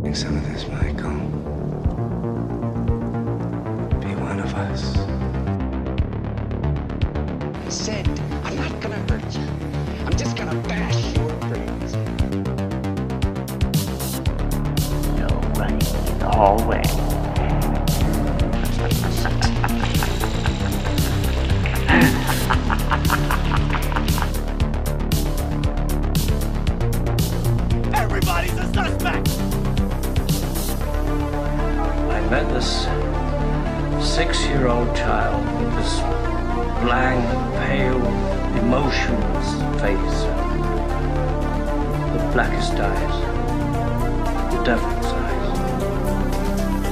Drink some of this, Michael. Be one of us. I said, I'm not gonna hurt you. I'm just gonna bash your brains. No running in the hallway. Everybody's a suspect! I met this six year old child with this blank, pale, emotionless face, the blackest eyes, the devil's eyes.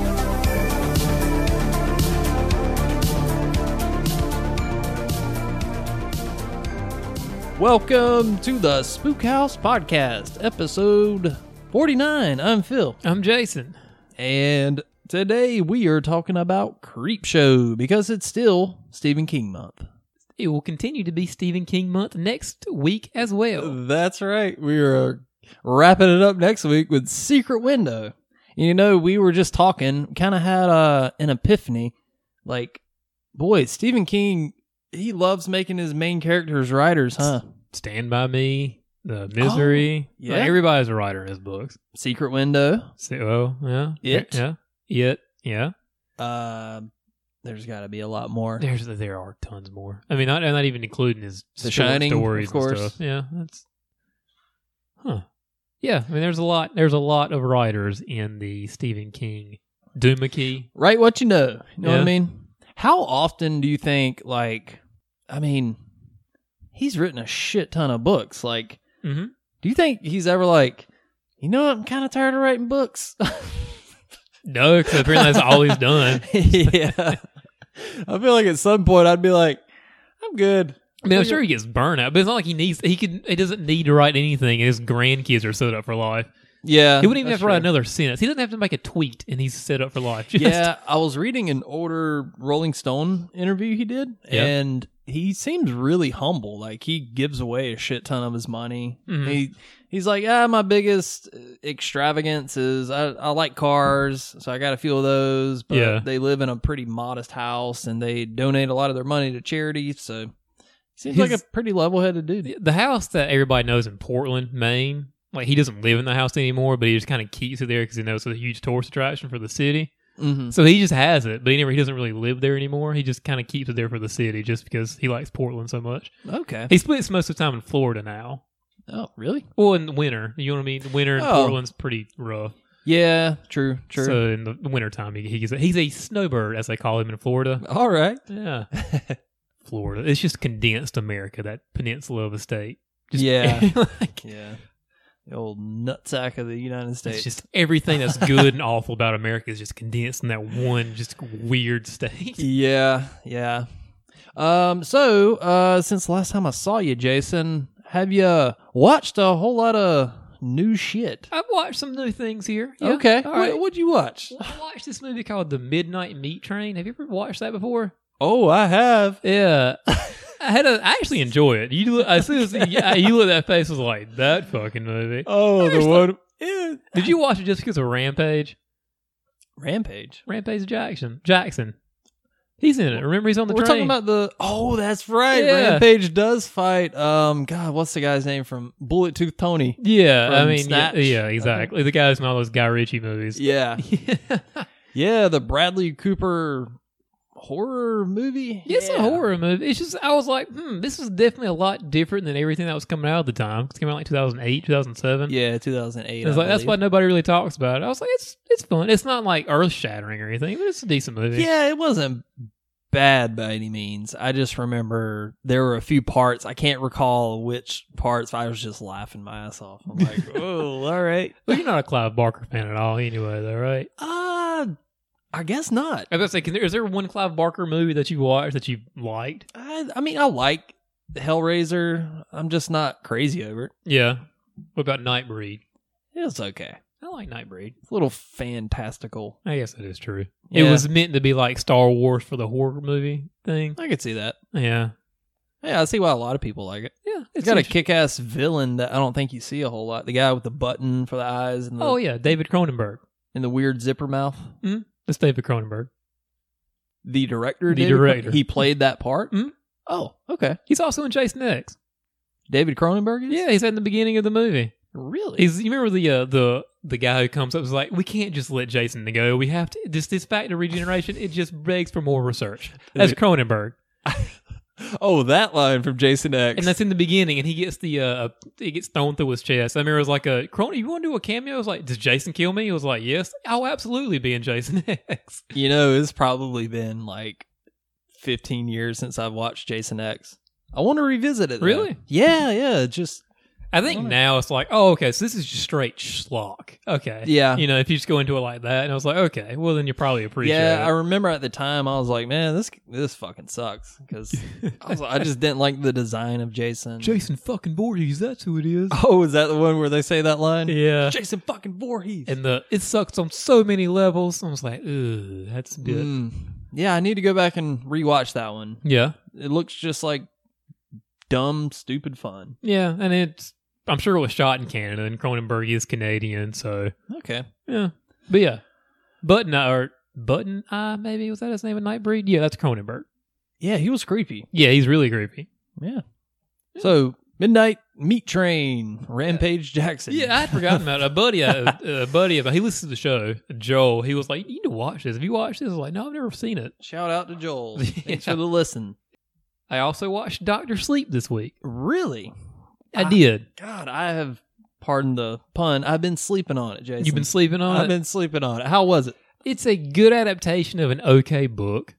Welcome to the Spook House Podcast, episode 49. I'm Phil. I'm Jason. And today we are talking about Creep Show because it's still Stephen King month. It will continue to be Stephen King month next week as well. That's right. We are wrapping it up next week with Secret Window. You know, we were just talking, kind of had uh, an epiphany. Like, boy, Stephen King, he loves making his main characters writers, huh? Stand by Me, The Misery. yeah. Like, everybody's a writer in his books. Secret Window. So, oh, yeah. It. Yeah. It. Yeah. Uh, there's got to be a lot more. There's there are tons more. I mean, not, I'm not even including his The short Shining, stories of course. and stuff. Yeah, that's huh. Yeah, I mean, there's a lot. There's a lot of writers in the Stephen King Doomickey. write what you know. You know what I Yeah. mean? How often do you think, like, I mean, he's written a shit ton of books. Like, Mhm. do you think he's ever like, you know, what? I'm kind of tired of writing books? No, because apparently that's all he's done. yeah. I feel like at some point I'd be like, I'm good. I mean, I'm sure he gets burnt out, but it's not like he needs. He could. He doesn't need to write anything, and his grandkids are set up for life. Yeah. He wouldn't even have that's to write true. another sentence. He doesn't have to make a tweet, and he's set up for life. Just- yeah, I was reading an older Rolling Stone interview he did, Yeah. and he seems really humble. Like he gives away a shit ton of his money. Mhm. He he's like, ah, my biggest extravagance is I, I like cars, so I got a few of those. But Yeah. they live in a pretty modest house, and they donate a lot of their money to charity. So seems like His- a pretty level-headed dude. The- the house that everybody knows in Portland, Maine. Like he doesn't live in the house anymore, but he just kind of keeps it there because he knows it's a huge tourist attraction for the city. hmm So he just has it, but he never he doesn't really live there anymore. He just kind of keeps it there for the city, just because he likes Portland so much. Okay. He splits most of the time in Florida now. Oh, really? Well, in the winter, you know what I mean. Winter in Oh. Portland's pretty rough. Yeah. True. True. So in the wintertime, he, he's a, he's a snowbird, as they call him in Florida. All right. Yeah, Florida. It's just condensed America, that peninsula of a state. Just, Yeah. like, Yeah. The old nutsack of the United States. it's just everything that's good and awful about America is just condensed in that one just weird state. Yeah, yeah. Um, so uh, since last time I saw you, Jason, have you watched a whole lot of new shit? I've watched some new things here. Yeah. okay, all right. what, would you watch? I watched this movie called The Midnight Meat Train. Have you ever watched that before? Oh, I have. Yeah. I had a, I actually enjoy it. You look, as soon as yeah, you look at that face, I was like that fucking movie. Oh, the Seriously? one. Yeah. Did you watch it just because of Rampage? Rampage. Rampage Jackson. Jackson. He's in it. Remember, he's on the We're train. talking about the. Oh, that's right. Yeah. Rampage does fight. Um, God, what's the guy's name from Bullet Tooth Tony? yeah, I from mean, yeah, Snatch, yeah, I think. exactly. The guy who's in all those Guy Ritchie movies. Yeah, Yeah. yeah, the Bradley Cooper horror movie. It's yeah. a horror movie. It's just I was like, hmm, this is definitely a lot different than everything that was coming out at the time. It came out like 2008, 2007. Yeah, two thousand eight. And it's like that's why nobody really talks about it. I was like, it's it's fun. It's not like earth shattering or anything, but it's a decent movie. Yeah, it wasn't bad by any means. I just remember there were a few parts. I can't recall which parts. I was just laughing my ass off. I'm like, oh, all right. But you're not a Clive Barker fan at all, anyway, though, right? Uh, I guess not. I was about to say, can there, is there one Clive Barker movie that you watched that you liked? I, I mean, I like Hellraiser. I'm just not crazy over it. Yeah. What about Nightbreed? It's okay. I like Nightbreed. It's a little fantastical. I guess that is true. Yeah. It was meant to be like Star Wars for the horror movie thing. I could see that. Yeah. Yeah, I see why a lot of people like it. Yeah, It's got a kick-ass villain that I don't think you see a whole lot. The guy with the button for the eyes and the, Oh yeah, David Cronenberg. and the weird zipper mouth. It's David Cronenberg. The director, The David Cron- director. he played that part. Mhm. Oh, okay. He's also in Jason X. David Cronenberg is. Yeah, he's in the beginning of the movie. really. He's you remember the uh, the the guy who comes up and is like, we can't just let Jason go. We have to. This this factor regeneration. It just begs for more research. That's Cronenberg, oh, that line from Jason X. and that's in the beginning. And he gets the uh, he gets thrown through his chest. I remember it was like a Cronen. You want to do a cameo? I was like, does Jason kill me? He was like, yes. I'll absolutely be in Jason X. you know, it's probably been like 15 years since I've watched Jason X. I want to revisit it. though. Really? Yeah, yeah. Just I think Alright. now it's like, oh, okay, so this is just straight schlock. Okay. Yeah. You know, if you just go into it like that, and I was like, okay, well, then you probably appreciate yeah. I it. remember at the time I was like, man, this this fucking sucks because I, was- I just didn't like the design of Jason. Jason fucking Voorhees, that's who it is. Oh, is that the one where they say that line? yeah. Jason fucking Voorhees. And the it sucks on so many levels. I was like, ooh, that's good. Mm. yeah, I need to go back and rewatch that one. Yeah. It looks just like dumb, stupid fun. Yeah. And it's, I'm sure it was shot in Canada, and Cronenberg is Canadian, so Okay. yeah. But yeah. Button Eye, or Button Eye, maybe? Was that his name of Nightbreed? Yeah, that's Cronenberg. Yeah, he was creepy. Yeah, he's really creepy. Yeah. So midnight meat train rampage Jackson. Yeah, I'd forgotten about it. a buddy. A, a buddy of he listens to the show. Joel. He was like, "You need to watch this. Have you watched this?" I was like, "No, I've never seen it." Shout out to Joel. Thanks Yeah. for the listen. I also watched Doctor Sleep this week. Really? I Ah, did. God, I have. Pardon the pun. I've been sleeping on it, Jason. You've been sleeping on I've it. been sleeping on it. How was it? it's a good adaptation of an okay book.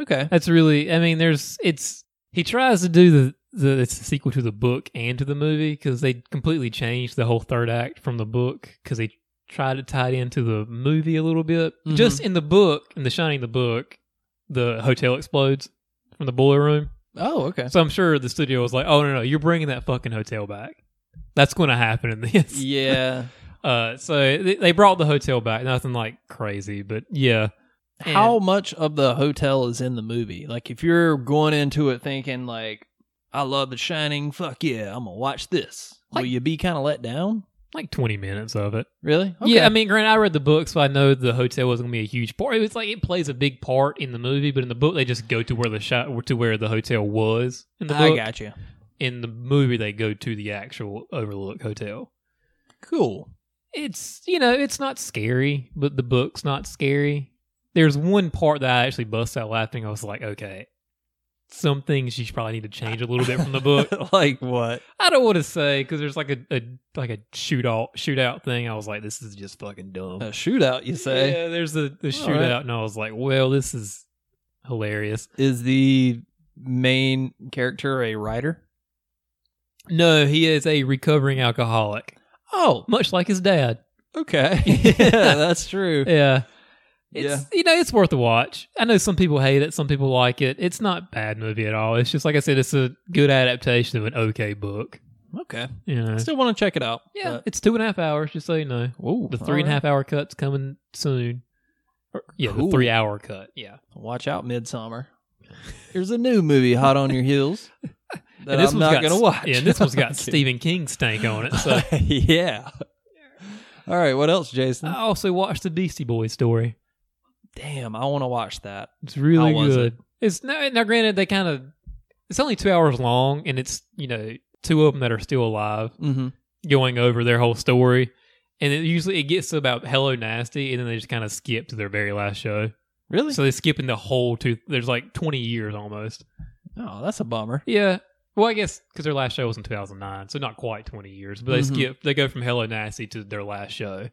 Okay. That's really. I mean, there's. It's. He tries to do the. The, it's a sequel to the book and to the movie because they completely changed the whole third act from the book because they tried to tie it into the movie a little bit. Mhm. Just in the book, in The Shining, the book, the hotel explodes from the boiler room. Oh, okay. So I'm sure the studio was like, "Oh no, no, you're bringing that fucking hotel back. That's going to happen in this." Yeah. Uh, so they they brought the hotel back. Nothing like crazy, but yeah. And- How much of the hotel is in the movie? Like, if you're going into it thinking like, "I love The Shining," fuck yeah, I'm gonna watch this. Will Like- you be kind of let down? Like 20 minutes of it. Really? Yeah, I mean, granted, I read the book, so I know the hotel was going to be a huge part. It's like it plays a big part in the movie, but in the book, they just go to where the shot to where the hotel was in the book. I got you. In the movie, they go to the actual Overlook Hotel. Cool. it's you know it's not scary but the book's not scary there's one part that i actually bust out laughing i was like okay some things you should probably need to change a little bit from the book like what? i don't want to say because there's like a, a like a shootout shootout thing i was like this is just fucking dumb A shootout, you say? yeah there's the, the All right. shootout and i was like well this is hilarious Is the main character a writer? no he is a recovering alcoholic Oh, much like his dad okay. yeah, that's true. yeah Yeah. It's you know it's worth a watch. I know some people hate it, some people like it. It's not a bad movie at all. It's just like I said, it's a good adaptation of an okay book. Okay. You know, I still want to check it out. yeah, it's two and a half hours. Just so you know, Oh, the three and a half hour cut's coming soon. Or, yeah, Cool. the three hour cut. Yeah, Watch out, Midsummer. There's a new movie hot on your heels that And I'm one's not got going to s- watch. Yeah, and this one's Okay. got Stephen King stank on it. So yeah. All right. What else, Jason? I also watched the Beastie Boys story. Damn, I want to watch that. It's really How was good. It's now, now granted they kind of it's only two hours long, and it's you know two of them that are still alive. Mm-hmm. going over their whole story. And it usually it gets to about Hello Nasty, and then they just kind of skip to their very last show. Really? So they're skipping the whole two. There's like 20 years almost. oh, that's a bummer. Yeah. Well, I guess because their last show was in 2009, so not quite 20 years. But they Mhm. skip. They go from Hello Nasty to their last show.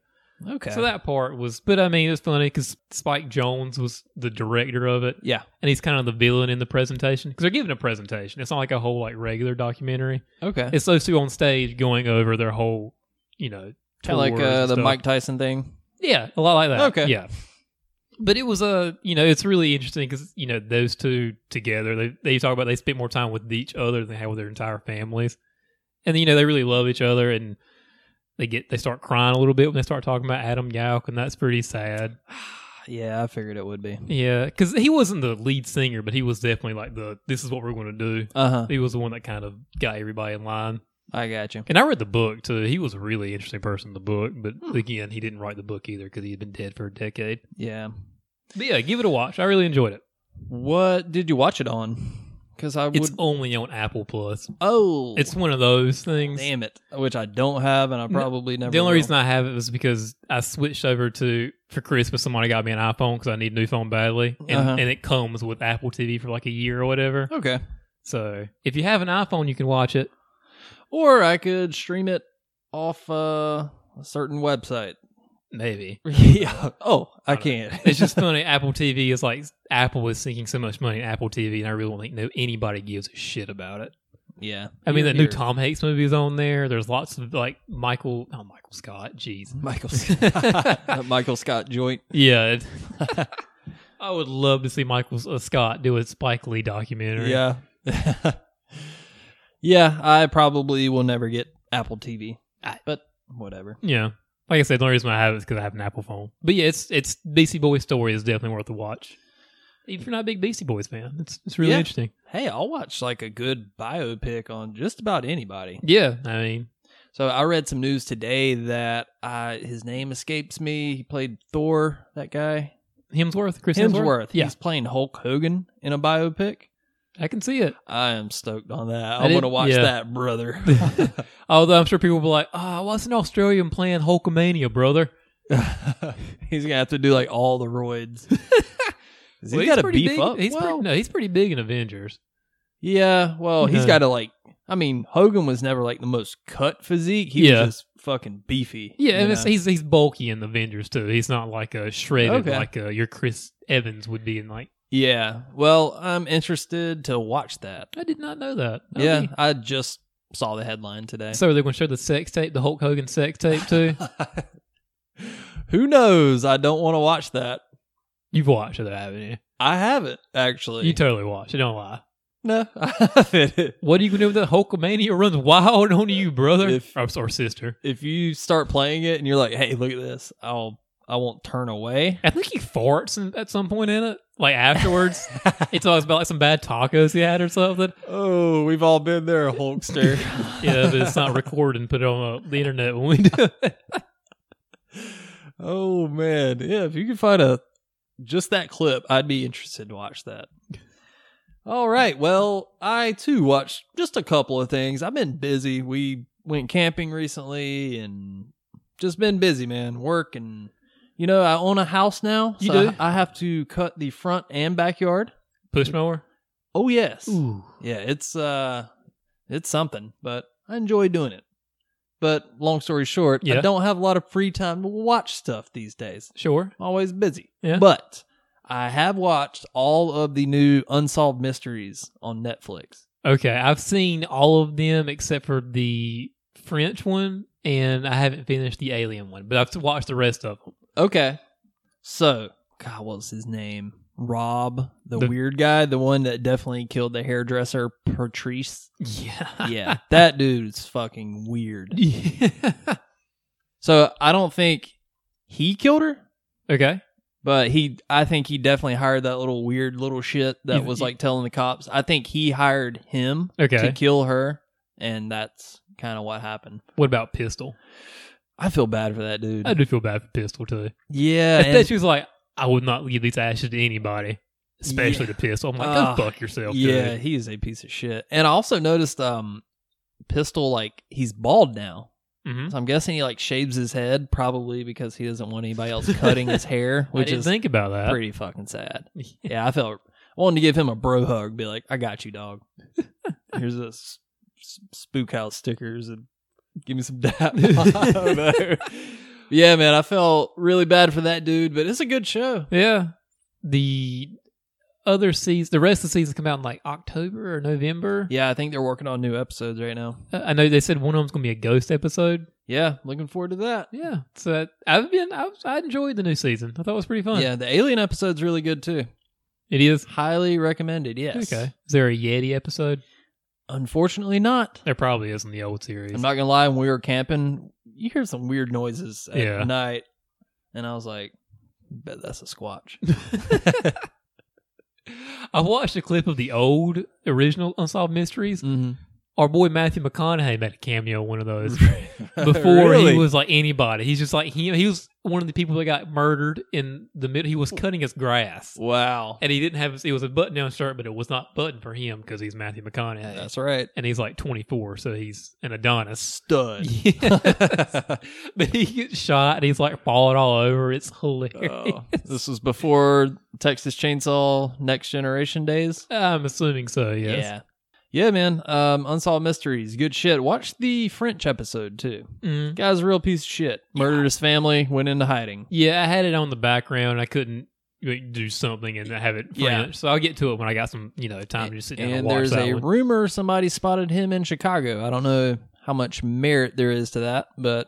Okay. So that part was. But I mean, it's funny because Spike Jones was the director of it, yeah. and he's kind of the villain in the presentation because they're giving a presentation. It's not like a whole like regular documentary. Okay. It's those two on stage going over their whole, you know, Kind of like uh, tours and the stuff. Mike Tyson thing. Yeah, a lot like that. Okay. Yeah. But it was uh, you know, it's really interesting because you know those two together, they they talk about they spent more time with each other than they had with their entire families, and you know they really love each other, and they get they start crying a little bit when they start talking about Adam Yauch, and that's pretty sad. Yeah, I figured it would be. Yeah, because he wasn't the lead singer, but he was definitely like the this is what we're going to do. Uh huh. He was the one that kind of got everybody in line. I got you. And I read the book too. He was a really interesting person in the book, but Hmm. again, he didn't write the book either because he had been dead for a decade. Yeah. But yeah, give it a watch. I really enjoyed it. What did you watch it on? Because I would. It's only on Apple Plus. oh, It's one of those things. damn it, which I don't have, and I probably never. The only will. reason I have it was because I switched over to for Christmas. Somebody got me an iPhone because I need a new phone badly, and, Uh-huh. and it comes with Apple TV for like a year or whatever. okay, So if you have an iPhone, you can watch it. or I could stream it off uh, a certain website. Maybe yeah. Oh, I, can't. it's just funny. Apple TV is like Apple is sinking so much money in Apple TV, and I really don't think no, anybody gives a shit about it. yeah. I mean, You're that new here. Tom Hanks movie is on there. There's lots of like Michael, oh Michael Scott, jeez, Michael Scott, Michael Scott joint. yeah. it- I would love to see Michael uh, Scott do a Spike Lee documentary. Yeah. yeah, I probably will never get Apple TV, but whatever. Yeah. Like I said, the only reason I have it is because I have an Apple phone. But yeah, it's it's Beastie Boys story is definitely worth a watch. Even if you're not a big Beastie Boys fan, it's it's really Yeah. interesting. Hey, I'll watch like a good biopic on just about anybody. Yeah, I mean, So I read some news today that uh, his name escapes me. He played Thor, that guy Hemsworth, Chris Hemsworth. Hemsworth. Yeah, He's playing Hulk Hogan in a biopic. I can see it. I am stoked on that. I I, want to did- watch yeah. that, brother. Although I'm sure people will be like, "Ah, oh, what's an Australian playing Hulkamania, brother?" he's gonna have to do like all the roids. 'Cause Well, he's got to pretty beef big- up. He's Well, pretty, no, he's pretty big in Avengers. Yeah, well, he's No. got to like. I mean, Hogan was never like the most cut physique. He Yeah. was just fucking beefy. Yeah, you and it's, know? he's he's bulky in the Avengers too. He's not like a shredded Okay. like a, your Chris Evans would be in. Like, yeah. Well, I'm interested to watch that. I did not know that. That'd yeah, be- I just saw the headline today. So they're going to show the sex tape, the Hulk Hogan sex tape too. Who knows? I don't want to watch that. You've watched it, haven't you? I haven't actually. You totally watched it. Don't lie. no, I haven't. What are you going to do with that Hulkamania runs wild on you, brother If- or, or sister? If you start playing it and you're like, "Hey, look at this," I'll I won't turn away. I think he farts in, at some point in it. Like afterwards, it's always about like some bad tacos he had or something. Oh, we've all been there, Hulkster. Yeah, but it's not recorded and put it on uh, the internet when we do it. Oh man, yeah. If you could find a just that clip, I'd be interested to watch that. All right. Well, I too watched just a couple of things. I've been busy. We went camping recently, and just been busy, man. Work and you know, I own a house now. You so do? I I have to cut the front and backyard. Push mower. Oh yes. Ooh. Yeah, it's uh it's something, but I enjoy doing it. But long story short, I Yeah. don't have a lot of free time to watch stuff these days. Sure. I'm always busy. Yeah. But I have watched all of the new Unsolved Mysteries on Netflix. Okay, I've seen all of them except for the French one, and I haven't finished the Alien one, but I've watched the rest of them. Okay. So, God, what's his name? Rob, the, The- weird guy, the one that definitely killed the hairdresser Patrice. Yeah. Yeah, that dude's fucking weird. Yeah. So, I don't think he killed her, okay. but he I think he definitely hired that little weird little shit that You- was you- like telling the cops. I think he hired him to Okay. kill her, and that's kind of what happened. What about Pistol? I feel bad for that dude. I do feel bad for Pistol too. Yeah, I bet Uh, and- she was like, I would not leave these ashes to anybody, especially Yeah. to Pistol. I'm like, go Ah, fuck yourself. yeah, Dude. he is a piece of shit. And I also noticed, um, Pistol like he's bald now, hmm so I'm guessing he like shaves his head probably because he doesn't want anybody else cutting his hair, I which didn't is think about that. pretty fucking sad. Yeah, I felt I wanted to give him a bro hug, be like, "I got you, dog. Here's a s- s- spook house stickers and give me some dap." I don't know. Yeah, man, I felt really bad for that dude, but it's a good show. yeah. The other season, the rest of the season come out in like October or November. Yeah, I think they're working on new episodes right now. Uh, I know they said one of them's gonna be a ghost episode. Yeah, looking forward to that. Yeah, so that- I've been I've, I enjoyed the new season. I thought it was pretty fun. Yeah, the alien episode's really good too. it is. Highly recommended. Yes. Okay, is there a Yeti episode? Unfortunately, not. There probably is in the old series. I'm not gonna lie. When we were camping, you hear some weird noises at Yeah. night, and I was like, bet that's a squatch. I watched a clip of the old original Unsolved Mysteries. mm-hmm. Our boy Matthew McConaughey made a cameo in one of those before he was like anybody. He's just like he, he was one of the people that got murdered in the middle. He was cutting his grass, Wow. and he didn't have his- it was a button down shirt, but it was not buttoned for him because he's Matthew McConaughey, That's right. and he's like 24, so he's an Adonis. Stud. Yes. but he gets shot and he's like falling all over. It's hilarious. Oh, this was before Texas Chainsaw Next Generation days. I'm assuming so. Yes. Yeah. Yeah, man. Um, Unsolved Mysteries. Good shit. Watch the French episode too. Yeah. Mm. Guy's a real piece of shit. Murdered his family, went into hiding. yeah, I had it on the background. I couldn't like, do something and have it French, Yeah. so I'll get to it when I got some, you know, time to just sit down and, and watch there's that a one. rumor somebody spotted him in Chicago. I don't know how much merit there is to that, but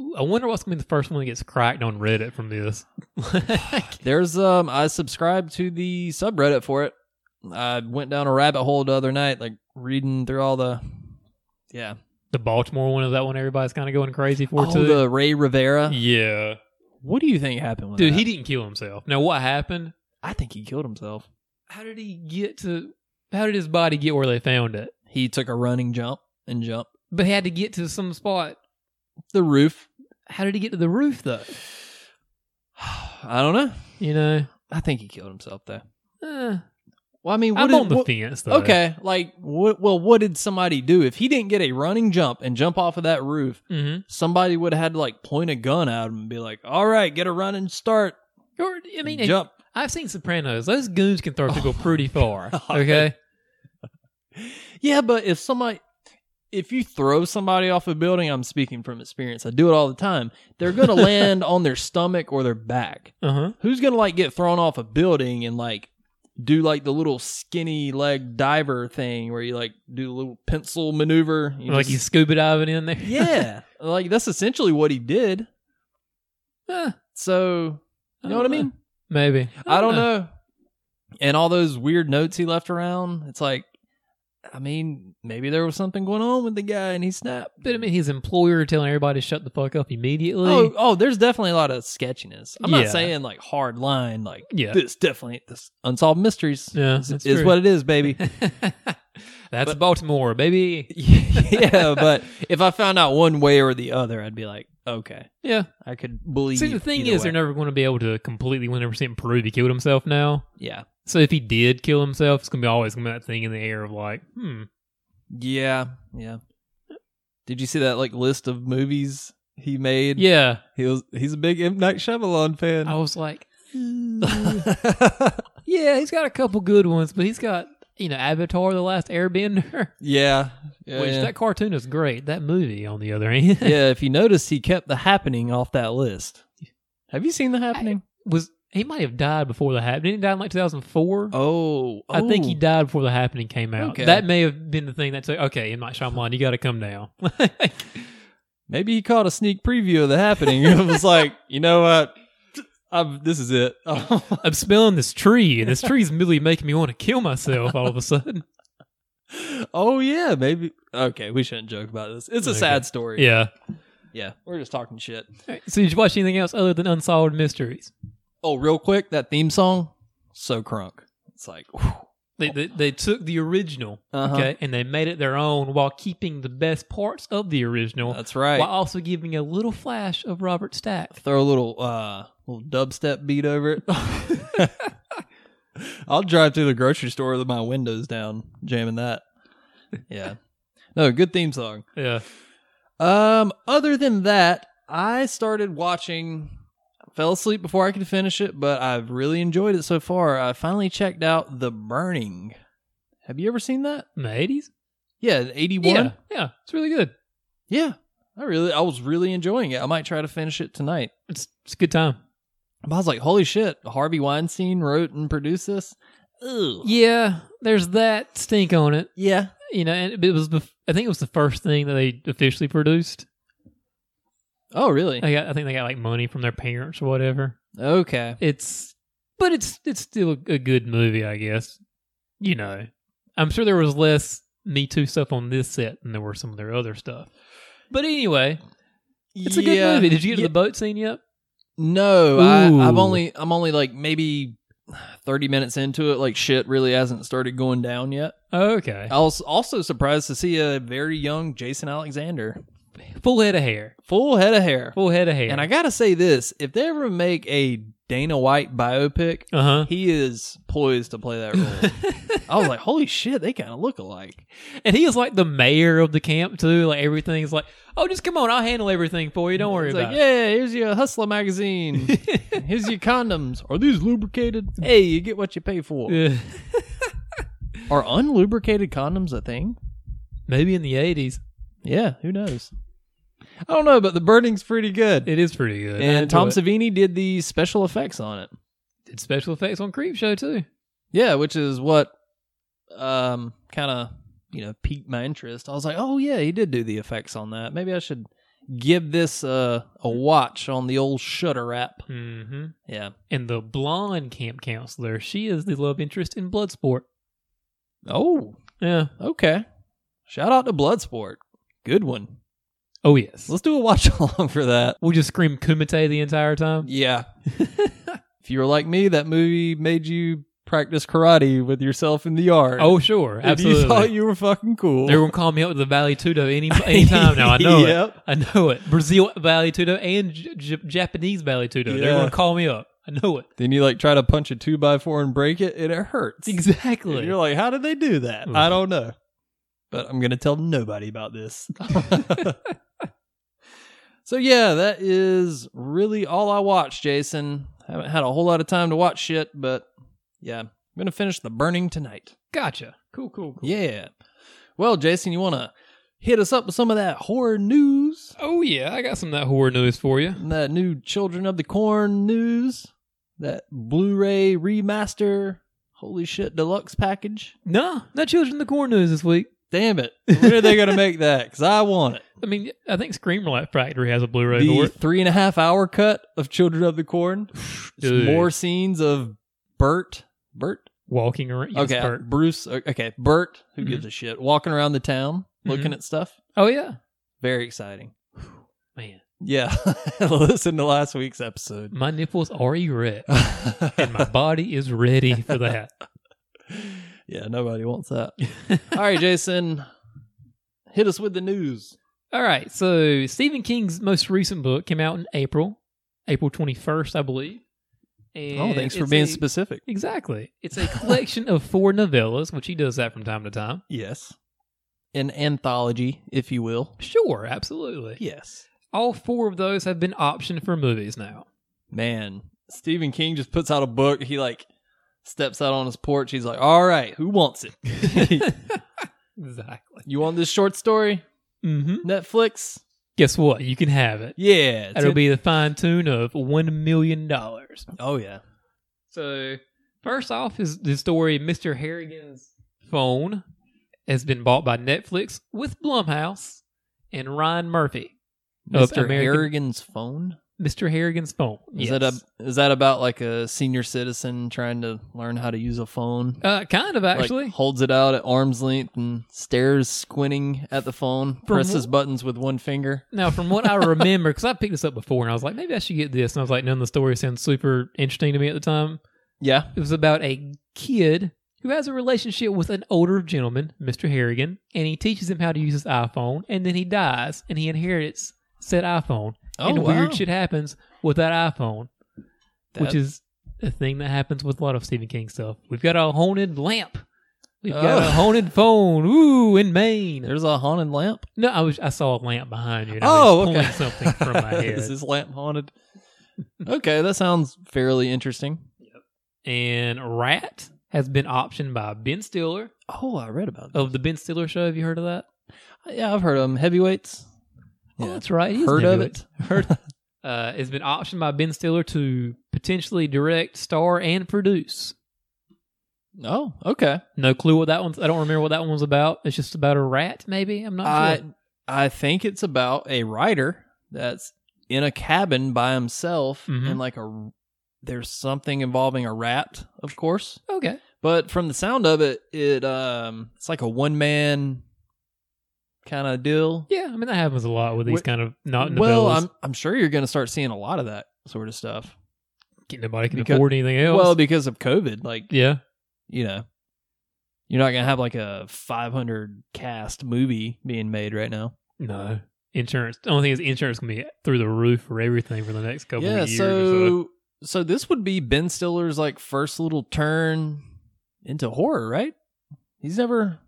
Ooh, I wonder what's gonna be the first one that gets cracked on Reddit from this. there's um I subscribed to the subreddit for it. I went down a rabbit hole the other night, like reading through all the yeah the Baltimore one is that one everybody's kind of going crazy for all too. Oh, the Ray Rivera. yeah, What do you think happened? With dude, that? he didn't kill himself. Now what happened? I think he killed himself. How did he get to? How did his body get where they found it? He took a running jump and jumped But he had to get to some spot. the roof. How did he get to the roof though? I don't know. You know, I think he killed himself though. Eh, Well, I mean, what I'm did- on the what- fence though. Okay, like what? Well, what did somebody do? If he didn't get a running jump and jump off of that roof, Mm-hmm. somebody would have had to like point a gun at him and be like, "All right, get a running start, Or I mean, jump." I've seen Sopranos. Those goons can throw people pretty far. God. Okay, Yeah, but if somebody, if you throw somebody off a building, I'm speaking from experience. I do it all the time. They're gonna land on their stomach or their back. uh huh. Who's gonna like get thrown off a building and like do like the little skinny leg diver thing where you like do a little pencil maneuver? You Like just- he's scuba diving in there. yeah, like that's essentially what he did. Eh, So you know what I mean? Maybe. I don't know. And all those weird notes he left around, it's like, I mean, maybe there was something going on with the guy and he snapped. But I mean, his employer telling everybody to shut the fuck up immediately. Oh, oh, there's definitely a lot of sketchiness. I'm not Yeah. saying like hard line, like Yeah. this definitely this unsolved mysteries Yeah, is, that's is true. what it is, baby. That's Baltimore, baby. yeah, but if I found out one way or the other, I'd be like, okay, Yeah. I could believe. See, the thing either is, they're way. never going to be able to completely 100% prove he killed himself now. yeah, So if he did kill himself, it's going to be always going to be that thing in the air of like, hmm. yeah, yeah. Did you see that like list of movies he made? Yeah. Oh. He was he's a big M Night Shyamalan fan. I was like, yeah, he's got a couple good ones, but he's got, you know, Avatar, The Last Airbender, yeah. Yeah, which yeah. that cartoon is great. That movie, on the other hand, Yeah, if you notice he kept the happening off that list. Have you seen the happening? was, he might have died before The Happening. Didn't he die in like 2004? oh, I think he oh. died before The Happening came out. Okay. That may have been the thing that took, okay, M. Night Shyamalan, you got to come down. Maybe he caught a sneak preview of the happening and was like, you know what? I'm, this is it. I'm smelling this tree, and this tree's really making me want to kill myself all of a sudden. oh yeah, maybe. Okay, we shouldn't joke about this. It's a Okay. sad story. Yeah. yeah. We're just talking shit. So did you watch anything else other than Unsolved Mysteries? Oh, real quick, that theme song, so crunk. It's like, whew. They, they, they took the original, Uh-huh. okay, and they made it their own while keeping the best parts of the original, that's right. while also giving a little flash of Robert Stack. throw a little uh little dubstep beat over it. I'll drive through the grocery store with my windows down, jamming that. Yeah. No, good theme song. Yeah, Um, other than that, I started watching fell asleep before I could finish it, but I've really enjoyed it so far. I finally checked out The Burning. Have you ever seen that? in the eighties. Yeah, 81. Yeah, yeah, it's really good. yeah. I really I was really enjoying it. I might try to finish it tonight. It's it's a good time. But I was like, holy shit, Harvey Weinstein wrote and produced this? Ew. Yeah, there's that stink on it, Yeah. you know. And it was, bef- I think it was the first thing that they officially produced. Oh, really? I got, I think they got like money from their parents or whatever. Okay. It's, but it's it's still a good movie, I guess. You know, I'm sure there was less Me Too stuff on this set than there were some of their other stuff. But anyway, it's a good Yeah. movie. Did you get to Yeah. the boat scene yet? No, I, I've Ooh. only I'm only like maybe thirty minutes into it. Like shit, really hasn't started going down yet. Okay. I was also surprised to see a very young Jason Alexander, Full head of hair. full head of hair. Full head of hair. And I gotta say this: if they ever make a Dana White biopic, Uh he is poised to play that role. huh. I was like, holy shit, they kind of look alike. and he is like the mayor of the camp too. Like everything's like, oh, just come on, I'll handle everything for you. Don't worry It's about like, it. yeah, here's your Hustler magazine. here's your condoms. Are these lubricated? Hey, you get what you pay for. Yeah. Are unlubricated condoms a thing? Maybe in the eighties, Yeah, who knows? I don't know, but the birding's pretty good. it is pretty good. I and enjoy Tom it. Savini did the special effects on it. did special effects on Creep Show too. Yeah, which is what um kind of, you know, piqued my interest. I was like, "Oh yeah, he did do the effects on that. Maybe I should give this uh, a watch on the old Shutter app." Mm-hmm. Yeah. And the blonde camp counselor, she is the love interest in Bloodsport. Oh, Yeah. okay. Shout out to Bloodsport. Good one. Oh yes. Let's do a watch along for that. We'll just scream Kumite the entire time. Yeah. if you were like me, that movie made you practice karate with yourself in the yard. Oh sure, And you thought absolutely. you were fucking cool. They're gonna call me up with the Valley Tudo any any time now. I know it. Yep. I know it. Brazil Valley Tudo and J- J- Japanese Valley Tudo. They're Yeah. gonna call me up. I know it Then you like try to punch a two by four and break it, and it hurts. And exactly. Mm-hmm. you're like, how did they do that? Oof. I don't know. But I'm gonna tell nobody about this. so yeah, that is really all I watched, Jason. Haven't had a whole lot of time to watch shit, but yeah, I'm gonna finish the burning tonight. gotcha. Cool, cool, cool. Yeah. Well, Jason, you want to hit us up with some of that horror news? Oh yeah, I got some of that horror news for you. That new Children of the Corn news? That Blu ray remaster? Holy shit, deluxe package? No, not Children of the Corn news this week. Damn it. When are they going to make that? Because I want it. I mean, I think Scream Light Factory has a Blu-ray for The it. three and a half hour cut of Children of the Corn. It's Dude. more scenes of Bert. Bert? Walking around. Yes, okay. Bert. Bruce. Okay. Bert, who Mhm. gives a shit, walking around the town looking at stuff. Oh yeah, Very exciting. man, Yeah. Listen to last week's episode. my nipples are erect, and my body is ready for that. yeah, nobody wants that. All right, Jason, hit us with the news. All right, so Stephen King's most recent book came out in April, April twenty first, I believe. And oh, thanks for it's being a- specific. Exactly, it's a collection of four novellas, which he does that from time to time. Yes. An anthology, if you will. Sure, absolutely. Yes. All four of those have been optioned for movies now. Man, Stephen King just puts out a book. He like steps out on his porch. He's like, "All right, who wants it? Exactly. you want this short story? hmm Mm-hmm. Netflix? Guess what? You can have it. Yeah, it's That'll in- be the fine tune of one million dollars. Oh yeah. So, first off is the story Mr. Harrigan's phone has been bought by Netflix with Blumhouse and Ryan Murphy. Of Mr. American- Harrigan's phone. Mr. Harrigan's phone. Is yes. that a is that about like a senior citizen trying to learn how to use a phone? uh, kind of Like, actually? holds it out at arm's length and stares, squinting at the phone. presses buttons with one finger. now, from what I remember, because I picked this up before and I was like, maybe I should get this, and I was like, none of the story sounds super interesting to me at the time. Yeah, It was about a kid who has a relationship with an older gentleman, Mr. Harrigan, and he teaches him how to use his iPhone, and then he dies, and he inherits said iPhone. Oh, and wow. weird shit happens with that iPhone, which That- is a thing that happens with a lot of Stephen King stuff. We've got a haunted lamp. We've got Oh. a haunted phone. Ooh, in Maine. there's a haunted lamp. No, I was I saw a lamp behind you. and I Oh, was okay. pulling something from my head. Is this lamp haunted? Okay, that sounds fairly interesting. and Rat has been optioned by Ben Stiller Oh, I read about that. of the Ben Stiller Show. Have you heard of that? Yeah, I've heard of them. Heavyweights. Oh, that's right. He is heard an of idiot. it. Heard. Uh, it's been optioned by Ben Stiller to potentially direct, star, and produce. oh, okay. No clue what that one's. I don't remember what that one was about. It's just about a rat, maybe. I'm not I sure. I think it's about a writer that's in a cabin by himself Mhm. and like a there's something involving a rat, of course. Okay. But from the sound of it, it um it's like a one man kind of deal. Yeah, I mean that happens a lot with these Well- kind of not novellas. well, I'm I'm sure you're going to start seeing a lot of that sort of stuff. Nobody can Because- afford anything else. Well, because of COVID, like yeah, you know, you're not gonna have like a 500 cast movie being made right now. no insurance. The only thing is insurance can be through the roof for everything for the next couple yeah, of years. or so. so so this would be Ben Stiller's like first little turn into horror, right? He's never.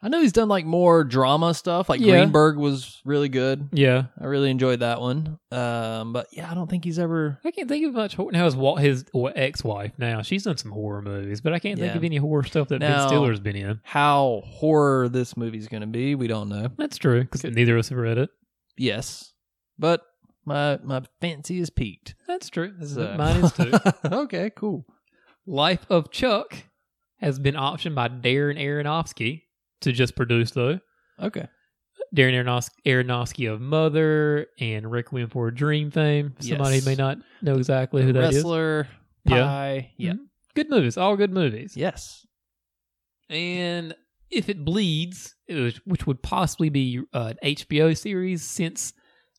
I know he's done like more drama stuff. Like Yeah. Greenberg was really good. yeah, I really enjoyed that one. Um, but yeah, I don't think he's ever. I can't think of much. Horror. Now his wa- his ex wife now she's done some horror movies, but I can't think Yeah. of any horror stuff that Now- Ben Stiller's been in. How horror this movie's going to be, we don't know. That's true because neither of us have read it. Yes, but my my fancy is peaked. That's true. This is So- mine is too. okay, cool. Life of Chuck has been optioned by Darren Aronofsky to just produce though. Okay, Darren Aronof- Aronofsky of Mother and Requiem for a Dream fame. Somebody Yes. may not know exactly who that is. wrestler Yeah. pie. Yeah. Mhm. Good movies, all good movies. Yes. And if it bleeds, it was- which would possibly be uh, an HBO series, since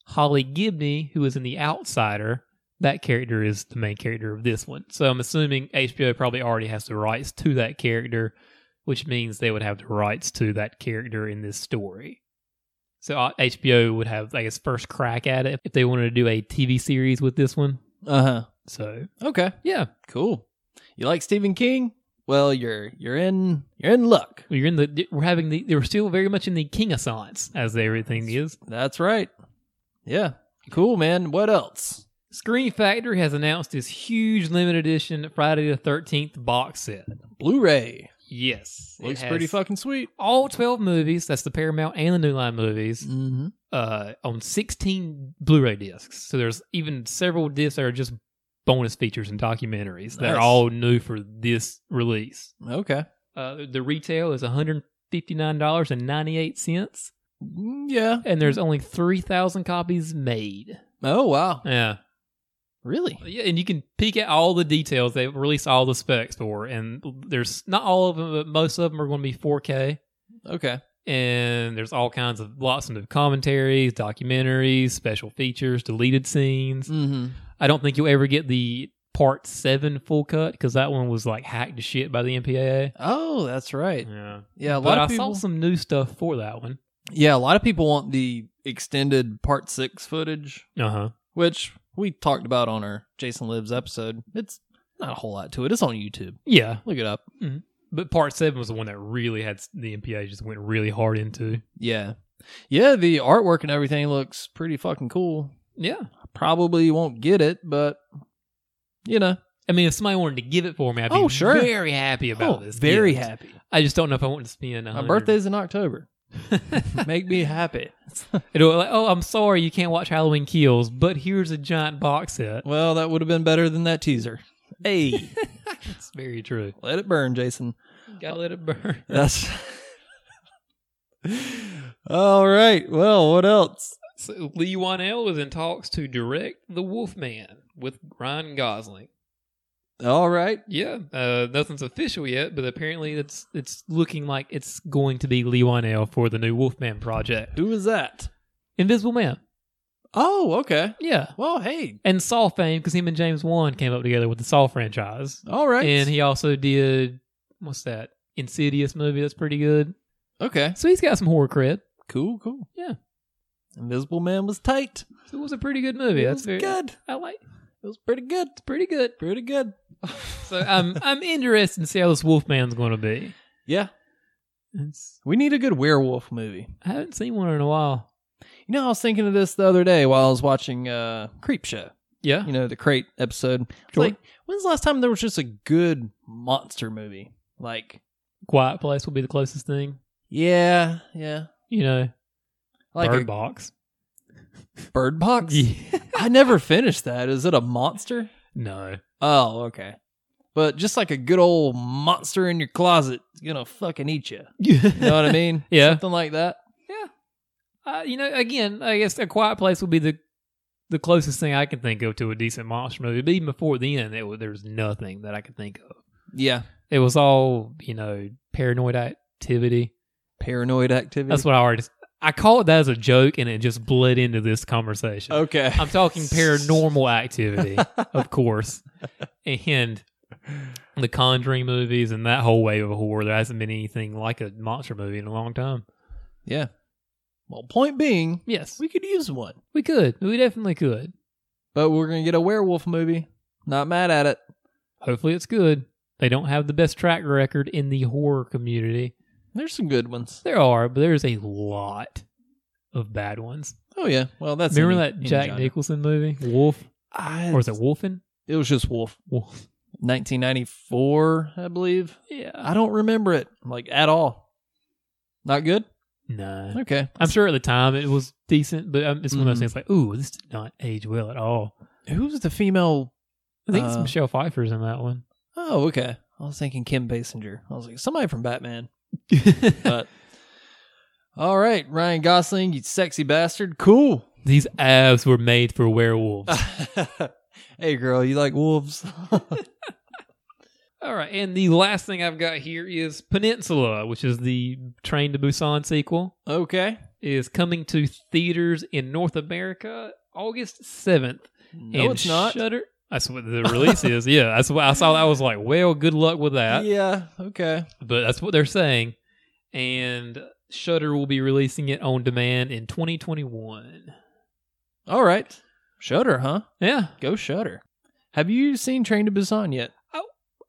Holly Gibney, who is in The Outsider, that character is the main character of this one. So I'm assuming HBO probably already has the rights to that character, which means they would have the rights to that character in this story. So uh, HBO would have, I guess, first crack at it if they wanted to do a TV series with this one. Uh huh. So Okay. yeah, Cool. You like Stephen King? Well, you're you're in you're in luck. we're in the we're having the we're still very much in the king of science as everything is. That's right. Yeah. Cool, man. What else? Screen Factory has announced this huge limited edition Friday the 13th box set. Blu-ray Yes. it looks has pretty fucking sweet. All 12 movies, that's the Paramount and the New Line movies, Mm-hmm. uh, on 16 Blu ray discs. So there's even several discs that are just bonus features and documentaries that are Nice. all new for this release. Okay. Uh, the retail is $159.98, Mm, Yeah. and there's only 3,000 copies made. Oh wow. Yeah. Really? Yeah, and you can peek at all the details. They've released all the specs for, and there's not all of them, but most of them are going to be 4K. Okay. And there's all kinds of lots of commentaries, documentaries, special features, deleted scenes. Mm-hmm. I don't think you'll ever get the part seven full cut because that one was like hacked to shit by the MPAA. Oh, that's right. Yeah, Yeah. A lot but of I people. saw some new stuff for that one. Yeah, a lot of people want the extended part six footage, Uh huh. which we talked about on our Jason Lives episode. It's not a whole lot to it. It's on YouTube. Yeah, Look it up. but part seven was the one that really had the MPAA just went really hard into. Yeah. Yeah, the artwork and everything looks pretty fucking cool. Yeah, I probably won't get it, but you know. I mean, if somebody wanted to give it for me, I'd be Oh, sure. very happy about Oh, this. very gift. happy. I just don't know if I want to spend a My hundred. birthday's in October. Make me happy. It'll be like, oh, I'm sorry, you can't watch Halloween Kills, but here's a giant box set. Well, that would have been better than that teaser. Hey, That's very true. let it burn, Jason. Gotta let it burn. That's All right. Well, what else? So Lee Wan L was in talks to direct The Wolfman with Ryan Gosling. All right. Yeah, uh, nothing's official yet, but apparently it's it's looking like it's going to be Lee Wan L for the new Wolfman project, Who is that? Invisible Man. Oh, okay. Yeah, Well, hey. and Saw fame because him and James Wan came up together with the Saw franchise, All right. and he also did what's that Insidious movie that's pretty good. okay. So he's got some horror cred. Cool, cool. Yeah. Invisible Man was tight. So it was a pretty good movie. it that's was very good. I like. It was pretty good. Pretty good. Pretty good. So I'm I'm interested to see how this Wolfman's going to be. yeah. It's- We need a good werewolf movie. I haven't seen one in a while. You know, I was thinking of this the other day while I was watching uh Creep Show. Yeah, You know, the crate episode. It's Sure. Like, when's the last time there was just a good monster movie? Like Quiet Place will be the closest thing. Yeah, yeah. You know, Like Bird a Box. bird box? Yeah. I never finished that. Is it a monster? no, Oh, okay. But just like a good old monster in your closet, it's gonna fucking eat you. you You know what I mean? Yeah. Something like that. uh, you know, again, I guess a Quiet Place would be the the closest thing I can think of to a decent monster movie. But even before then, it, wa- there was nothing that I could think of. Yeah. It was all you know, paranoid activity. Paranoid activity. That's what I already I caught that as a joke, and it just bled into this conversation. Okay. I'm talking paranormal activity, of course, and the Conjuring movies and that whole wave of horror. There hasn't been anything like a monster movie in a long time. Yeah. Well, point being, Yes, we, we could use one, we could. We definitely could. but we're gonna get a werewolf movie. Not mad at it. Hopefully, it's good. They don't have the best track record in the horror community. There's some good ones. There are, but there's a lot of bad ones. Oh yeah. Well, that's Remember any- that any Jack genre. Nicholson movie, Wolf, I, or was it Wolfen? It was just Wolf. Wolf. 1994, I believe. Yeah. I don't remember it like at all. Not good. No. Okay. I'm sure at the time it was decent, but um, it's one of Mhm. those things like, ooh, this did not age well at all. Who was the female? I think it's Uh, Michelle Pfeiffer's in that one. Oh, okay. I was thinking Kim Basinger. I was like somebody from Batman. But all right, Ryan Gosling, you sexy bastard. Cool. These abs were made for werewolves. hey, girl, you like wolves? all right, and the last thing I've got here is Peninsula, which is the Train to Busan sequel, okay. is coming to theaters in North America August seventh. No, and it's not. Shudder. That's what the release is. Yeah, that's what I saw. That I was like, well, good luck with that. yeah. Okay. But that's what they're saying. And Shudder will be releasing it on demand in 2021. All right. Shutter, huh? Yeah, Go Shutter. Have you seen Train to Busan yet?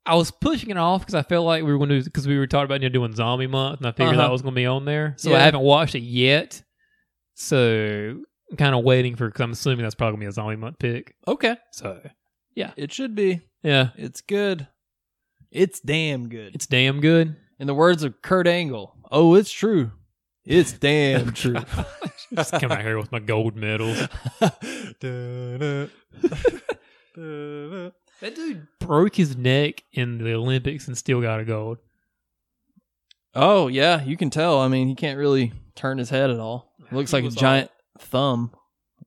I was pushing it off because I felt like we were going to because we were talking about you know, doing Zombie Month, and I figured Uh-huh. that was going to be on there. So I Yeah. haven't watched it yet. So I'm kind of waiting for because I'm assuming that's probably going to be a Zombie Month pick. Okay. So It should be. yeah, It's good. It's damn good. it's damn good. In the words of Kurt Angle, oh, it's true. It's damn true. Just come out here with my gold medals. That dude broke his neck in the Olympics and still got a gold. oh, yeah, you can tell. I mean, he can't really turn his head at all. Looks He like a was giant thumb.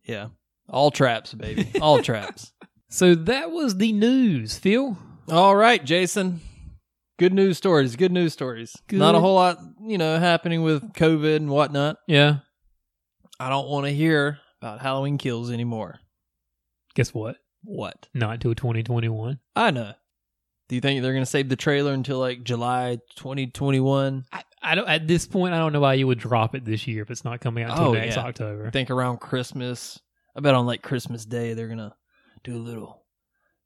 Yeah. All traps, baby. All traps. So that was the news, Phil. All right, Jason. Good news stories. Good news stories. Good. Not a whole lot, you know, happening with COVID and whatnot. Yeah. I don't want to hear about Halloween kills anymore. Guess what? What? Not till 2021. I know. Do you think they're going to save the trailer until like July 2021? I, I don't. At this point, I don't know why you would drop it this year if it's not coming out until Oh, next yeah. I October. think around Christmas. I bet on like Christmas Day they're going to do a little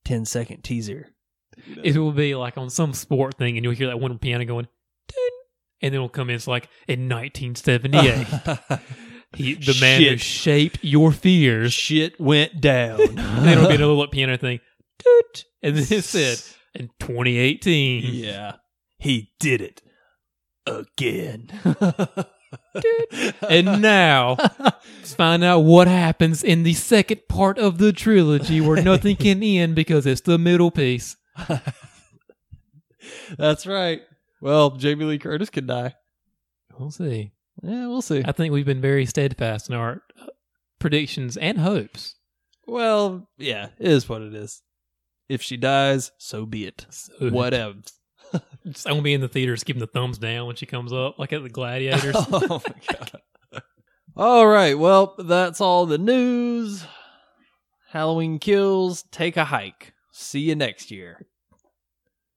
10 second teaser. It will be like on some sport thing, and you'll hear that one piano going, "Dun," and then it'll come in. It's like in 1978, he, the man who Shit. shaped your fears. Shit went down. And then it'll be another little piano thing, "Toot," and then it said in 2018. yeah. He did it again. And now, let's find out what happens in the second part of the trilogy where nothing can end because it's the middle piece. That's right. Well, Jamie Lee Curtis could die. We'll see. Yeah, we'll see. I think we've been very steadfast in our uh, predictions and hopes. Well, yeah, it is what it is. If she dies, so be it. So Whatever. Just- I'm going to be in the theaters giving the thumbs down when she comes up, like at the Gladiators. oh my god. All right. Well, that's all the news. Halloween kills. Take a hike. See you next year.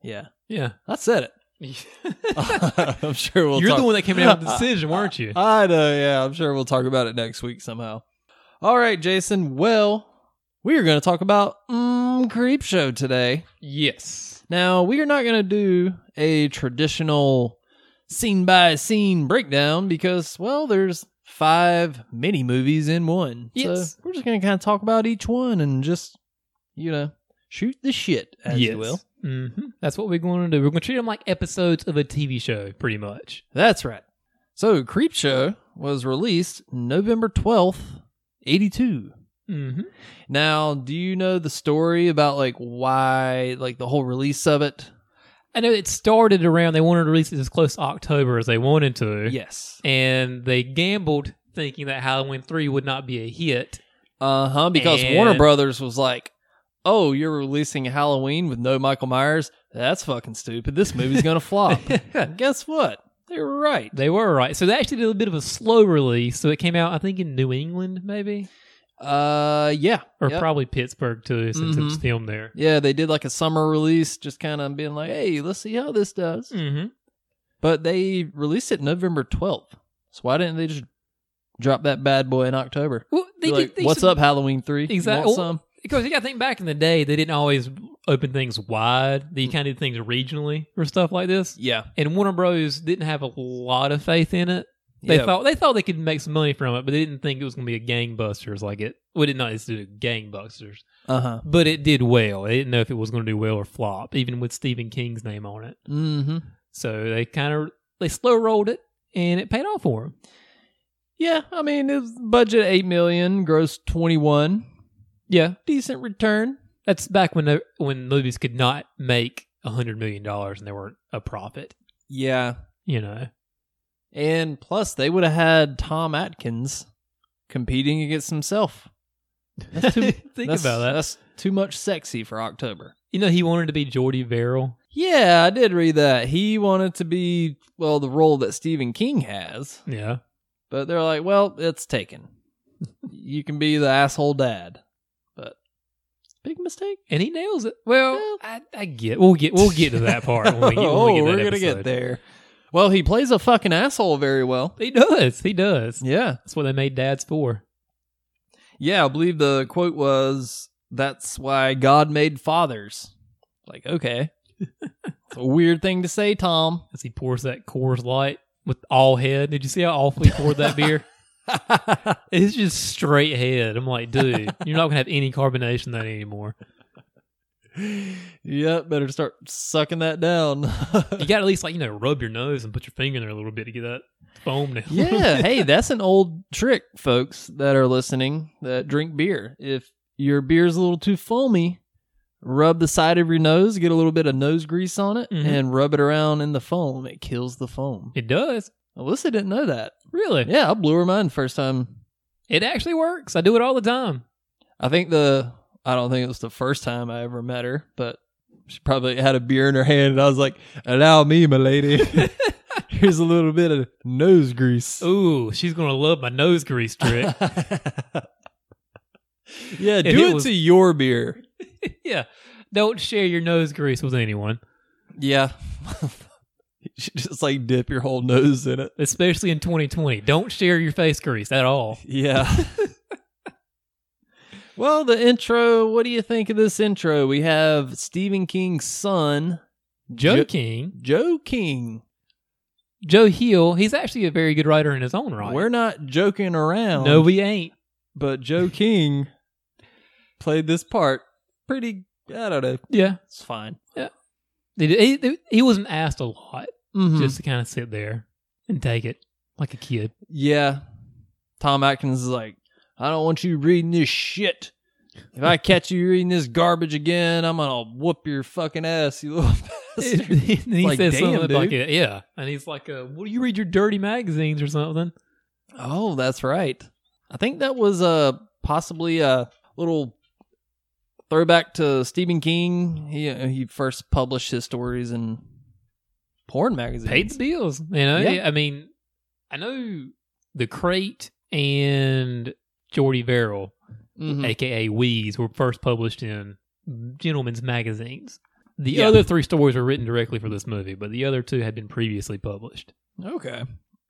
Yeah, yeah. I said it. I'm sure we'll. You're talk- the one that came out with the decision, weren't you? I know. Yeah, I'm sure we'll talk about it next week somehow. All right, Jason. Well, we are going to talk about mm, Creep Show today. yes. Now, we are not going to do a traditional scene by scene breakdown because, well, there's five mini movies in one. Yes. So we're just going to kind of talk about each one and just, you know, shoot the shit, as yes. you will. hmm That's what we're going to do. We're going to treat them like episodes of a TV show, pretty much. That's right. So, Creepshow was released November 12th, 82. Mm-hmm. Now, do you know the story about like why, like the whole release of it? I know it started around they wanted to release it as close to October as they wanted to. Yes. And they gambled thinking that Halloween three would not be a hit. Uh huh. Because And- Warner Brothers was like, "Oh, you're releasing Halloween with no Michael Myers? That's fucking stupid. This movie's gonna flop." Guess what? They were right. They were right. So they actually did a bit of a slow release. So it came out, I think, in New England, maybe, Uh, yeah, or Yep. probably Pittsburgh too, since it was Mhm. filmed there. yeah. They did like a summer release, just kind of being like, "Hey, let's see how this does." Mm-hmm. But they released it November twelfth. So why didn't they just drop that bad boy in October? Well, Be like, What's up, Halloween three? You Exact- want oh, some? Because you got to think back in the day, they didn't always open things wide. Mm. They kind of did things regionally for stuff like this. Yeah. And Warner Bros. didn't have a lot of faith in it. They yeah. thought they thought they could make some money from it, but they didn't think it was going to be a gangbusters like it. Well, it did not do gangbusters, Uh huh. but it did well. They didn't know if it was going to do well or flop, even with Stephen King's name on it. Mm-hmm. So they kind of they slow rolled it, and it paid off for them. Yeah, I mean, it's budget eight million, gross twenty one, Yeah, decent return. that's back when the- when movies could not make a hundred million dollars and they weren't a profit. Yeah, You know, and plus they would have had Tom Atkins competing against himself. That's too, think that's- about that. That's too much sexy for October. You know, he wanted to be Geordie Verrill. Yeah, I did read that. He wanted to be well the role that Stephen King has, Yeah, but they're like, well, it's taken. you can be the asshole dad, but big mistake. and he nails it. Well, Well- I, I get. We'll get. We'll get to that part. When we, get- oh, when we get that we're gonna episode. get there. Well, he plays a fucking asshole very well. He does. He does. Yeah, That's what they made dads for. yeah. I believe the quote was, "That's why God made fathers." Like, okay, it's a weird thing to say, Tom. As he pours that Coors Light with all head. Did you see how awful he poured that beer? It's just straight head. I'm like, dude, you're not gonna have any carbonation in that anymore. yeah, better start sucking that down. You got to at least like you know rub your nose and put your finger in there a little bit to get that foam down. yeah, hey, that's an old trick, folks that are listening that drink beer. If your beer's a little too foamy, rub the side of your nose, get a little bit of nose grease on it, Mhm. and rub it around in the foam. It kills the foam. it does. Alyssa didn't know that. Really, Yeah, I blew her mind first time. it actually works. I do it all the time. I think the I don't think it was the first time I ever met her, but she probably had a beer in her hand, and I was like, "Allow me, my lady. Here's a little bit of nose grease." Ooh, she's gonna love my nose grease trick. yeah, And do it it, was- to your beer. yeah, don't share your nose grease with anyone, Yeah. You should just like dip your whole nose in it. especially in 2020. Don't share your face grease at all. Yeah. well, the intro, what do you think of this intro? We have Stephen King's son, Joe Jo- King, Joe King. Joe Hill, he's actually a very good writer in his own right. We're not joking around. no, we ain't. but Joe King played this part pretty I don't know. Yeah, It's fine. he, he, he wasn't asked a lot, Mhm. just to kind of sit there and take it like a kid. Yeah. Tom Atkins is like, I don't want you reading this shit. If I catch you reading this garbage again, I'm gonna whoop your fucking ass, you little and bastard. he Like, says damn, something like, dude. uh, yeah. And he's like, uh, well, you read your dirty magazines or something. oh, that's right. I think that was uh possibly a little throwback to Stephen King. He uh, he first published his stories in porn magazines. Paid the bills, you know? Yeah. I mean, I know The Crate and Geordie Verrill, Mhm. aka Wheeze, were first published in Gentleman's magazines. The Yeah. other three stories were written directly for this movie, but the other two had been previously published. Okay.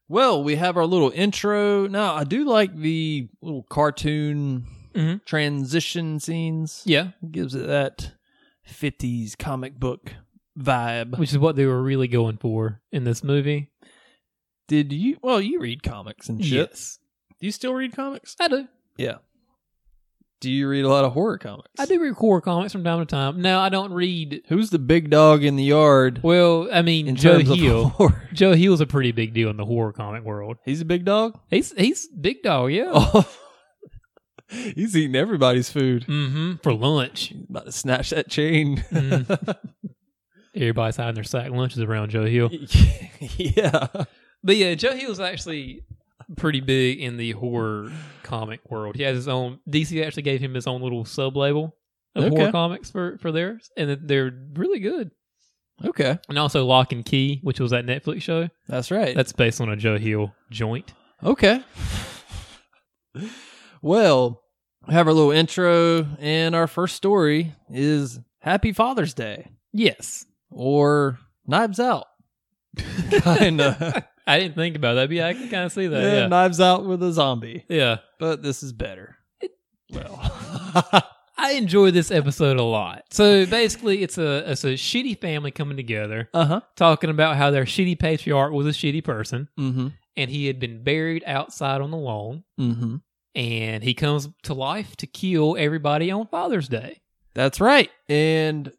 Well, we have our little intro. Now, I do like the little cartoon Mhm. transition scenes. Yeah. Gives it that 50s comic book vibe. Which is what they were really going for in this movie. Did you? Well, you read comics and shit. Yes. Do you still read comics? I do. Do you read a lot of horror comics? I do read horror comics from time to time. Now I don't read. Who's the big dog in the yard Well, I mean, in Joe terms Hill. of horror? Joe Hill's a pretty big deal in the horror comic world. He's a big dog? He's he's big dog, yeah. Oh. He's eating everybody's food. Mm-hmm. For lunch, He's about to snatch that chain. Mm. everybody's hiding their sack lunches around Joe Hill. yeah. But yeah, Joe Hill's actually pretty big in the horror comic world. He has his own. DC actually gave him his own little sub label of Okay. horror comics for for theirs, and they're really good. Okay, and also Lock and Key, which was that Netflix show. that's right. That's based on a Joe Hill joint. Okay. well, have our little intro, and our first story is Happy Father's Day Yes, or Knives Out. Kinda. I didn't think about that, but yeah, I can kind of see that. Yeah, Yeah, Knives Out with a zombie, yeah. but this is better. I enjoy this episode a lot. So basically, it's a it's a shitty family coming together, Uh huh. talking about how their shitty patriarch was a shitty person, Mm-hmm. and he had been buried outside on the lawn, Mm-hmm. and he comes to life to kill everybody on Father's Day. That's right. And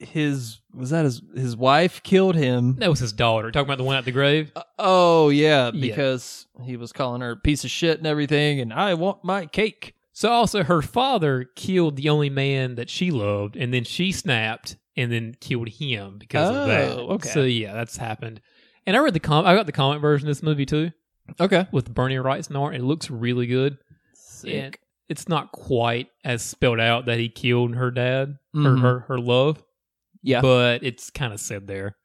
his was that his his wife killed him. That was his daughter. Talking about the one at the grave. Uh, oh yeah, Yeah. because he was calling her a piece of shit and everything, and I want my cake. So also, her father killed the only man that she loved, and then she snapped and then killed him because of that. Oh, okay. So yeah, that's happened. And I read the com. I got the comic version of this movie too. Okay. with Bernie Wright's and art. It looks really good. And it's not quite as spelled out that he killed her dad or Mhm. her, her love, Yeah. but it's kind of said there.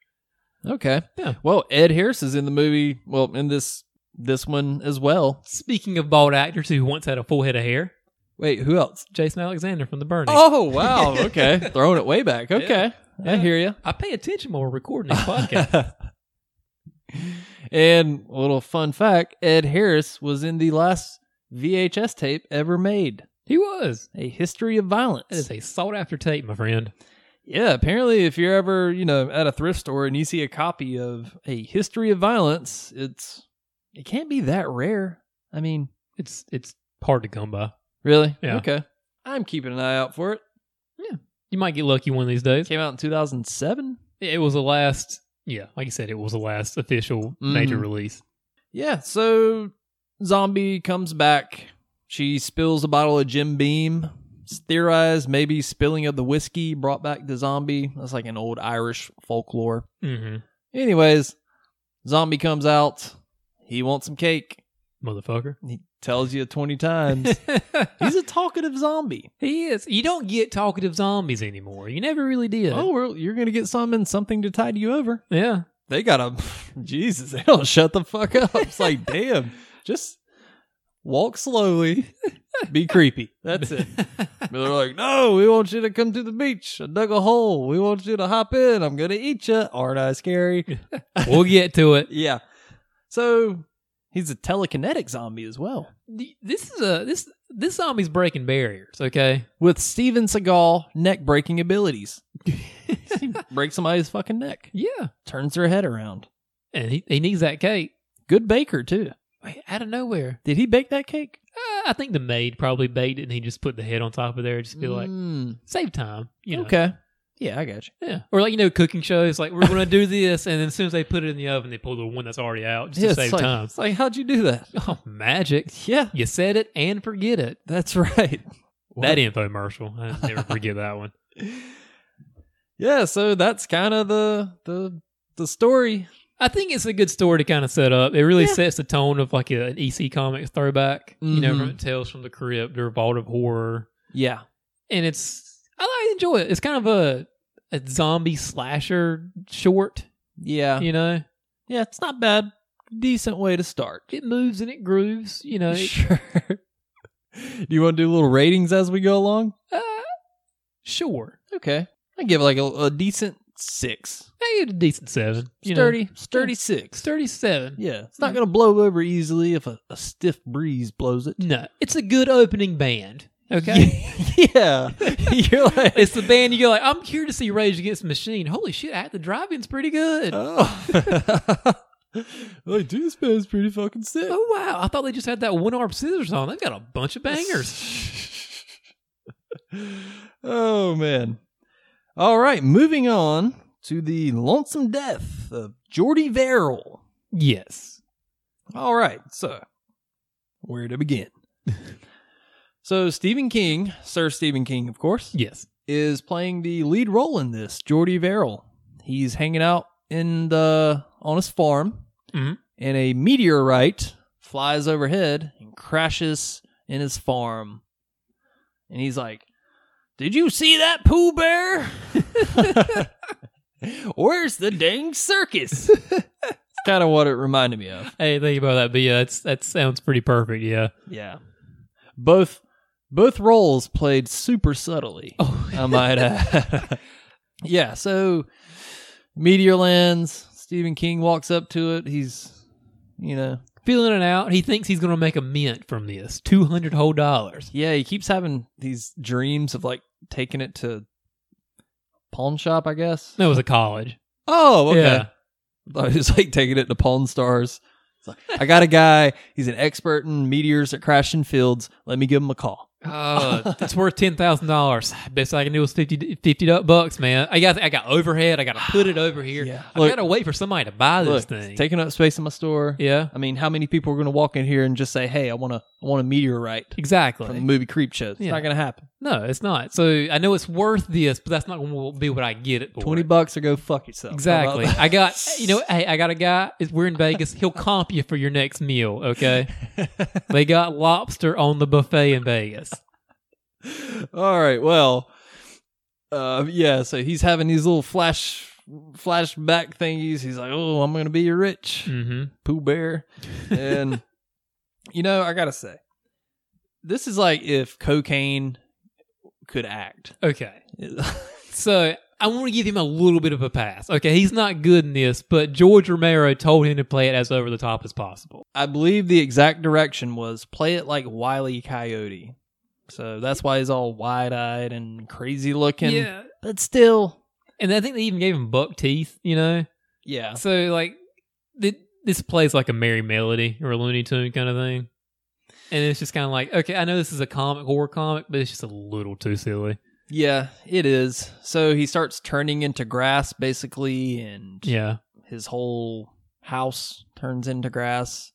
okay. Yeah. Well, Ed Harris is in the movie. Well, in this this one as well. Speaking of bald actors who once had a full head of hair, Wait, who else? Jason Alexander from The Burning. Oh wow. Okay. Throwing it way back. Okay. I Yeah. hear you. I pay attention while we're recording this podcast. and a little fun fact Ed Harris was in the last VHS tape ever made he was. A History of Violence. That is a sought after tape, my friend. yeah, apparently, if you're ever, you know, at a thrift store and you see a copy of A History of Violence, it's, it can't be that rare. I mean, It's it's hard to come by. really? Yeah. Okay. I'm keeping an eye out for it. You might get lucky one of these days. Came out in 2007. It was the last, yeah, like you said, it was the last official major Mhm. release. Yeah, so zombie comes back. She spills a bottle of Jim Beam. It's theorized maybe spilling of the whiskey brought back the zombie. That's like an old Irish folklore. hmm Anyways, zombie comes out. He wants some cake. Motherfucker. He tells you 20 times. He's a talkative zombie. He is. You don't get talkative zombies anymore. You never really did. Oh, well, you're going to get some and something to tide you over. yeah. They got to, Jesus, they don't shut the fuck up. It's like, damn, just walk slowly, be creepy. That's it. But they're like, no, we want you to come to the beach. I dug a hole. We want you to hop in. I'm going to eat you. Aren't I scary? we'll get to it. yeah. So he's a telekinetic zombie as well. This is a this this zombie's breaking barriers. Okay. With Steven Seagal neck breaking abilities. he breaks somebody's fucking neck, Yeah. turns their head around. And he, he needs that cake Good baker, too. Wait, out of nowhere. Did he bake that cake? Uh, I think the maid probably baked it, and he just put the head on top of there, and just be like, Mm, save time. You know. okay. Yeah, I got you. Yeah. Or like you know, cooking shows like we're gonna do this, and then as soon as they put it in the oven, they pull the one that's already out just Yeah, it's to save like- time. It's like, how'd you do that? Oh, magic! Yeah, You said it and forget it. that's right. That infomercial. I never forget that one. Yeah, so that's kind of the the the story. I think it's a good story to kind of set up. It really Yeah. sets the tone of like a, an EC Comics throwback. You know, from Mhm. Tales from the Crypt or Vault of Horror, Yeah. and it's I like enjoy it. It's kind of a a zombie slasher short. Yeah. You know, Yeah, it's not bad. Decent way to start. it moves and it grooves. You know, it- Sure. do you want to do little ratings as we go along? uh, sure. Okay. I give it like a, a decent 6. I get a decent seven. You sturdy, know, sturdy 6. sturdy seven. Yeah, it's not going to blow over easily if a, a stiff breeze blows it. No, it's a good opening band. Okay. yeah. You're like It's the band you go like, I'm here to see Rage Against the Machine. Holy shit, at the drive-in's pretty good. Uh, Oh. like, dude, this band's pretty fucking sick. Oh wow! I thought they just had that one arm scissors on. They've got a bunch of bangers. oh, man. All right, moving on to the lonesome death of Jordy Verrill. Yes. All right, so where to begin? so, Stephen King, Sir Stephen King, of course, Yes. is playing the lead role in this, Jordy Verrill. He's hanging out in the on his farm, Mhm. and a meteorite flies overhead and crashes in his farm. And he's like, "Did you see that poo bear?" Where's the dang circus? it's kind of what it reminded me of. Hey, thank you about that. But yeah, that's that sounds pretty perfect. Yeah. Yeah. Both both roles played super subtly. Oh, I might add. yeah, so Meteor lands, Stephen King walks up to it. He's you know feeling it out. He thinks he's gonna make a mint from this. Two hundred whole dollars. yeah, he keeps having these dreams of like taking it to pawn shop, I guess. That was a college. Oh, okay. Yeah. I was like taking it to Pawn Stars. It's like, I got a guy. He's an expert in meteors that crash in fields. Let me give him a call. Uh, it's worth ten thousand dollars. Best I can do is 50, 50 du- bucks, man. I got I got overhead. I got to put it over here. Yeah. I Look- got to wait for somebody to buy this Look, thing. it's taking up space in my store. yeah, I mean, how many people are going to walk in here and just say, "Hey, I want to, I want a meteorite from the exactly. movie Creep Show"? It's Yeah. not going to happen. No, it's not. So I know it's worth this, but that's not going to be what I get it for. Twenty bucks or go fuck yourself. Exactly. I got you know. Hey, I got a guy. It's, we're in Vegas. He'll comp you for your next meal. Okay. they got lobster on the buffet in Vegas. All right. Well, uh, yeah. So he's having these little flash, flashback thingies. He's like, "Oh, I'm going to be rich." hmm Pooh Bear. And, you know, I got to say, this is like if cocaine could act. Okay. So I want to give him a little bit of a pass. Okay, he's not good in this, but George Romero told him to play it as over the top as possible. I believe the exact direction was play it like Wiley Coyote. So that's why he's all wide eyed and crazy looking. But still, and I think they even gave him buck teeth. You know, yeah. so like th- this plays like a Merry Melody or a Looney Tune kind of thing. And it's just kind of like, okay, I know this is a comic horror comic, but it's just a little too silly. Yeah, it is. So he starts turning into grass basically and Yeah, his whole house turns into grass.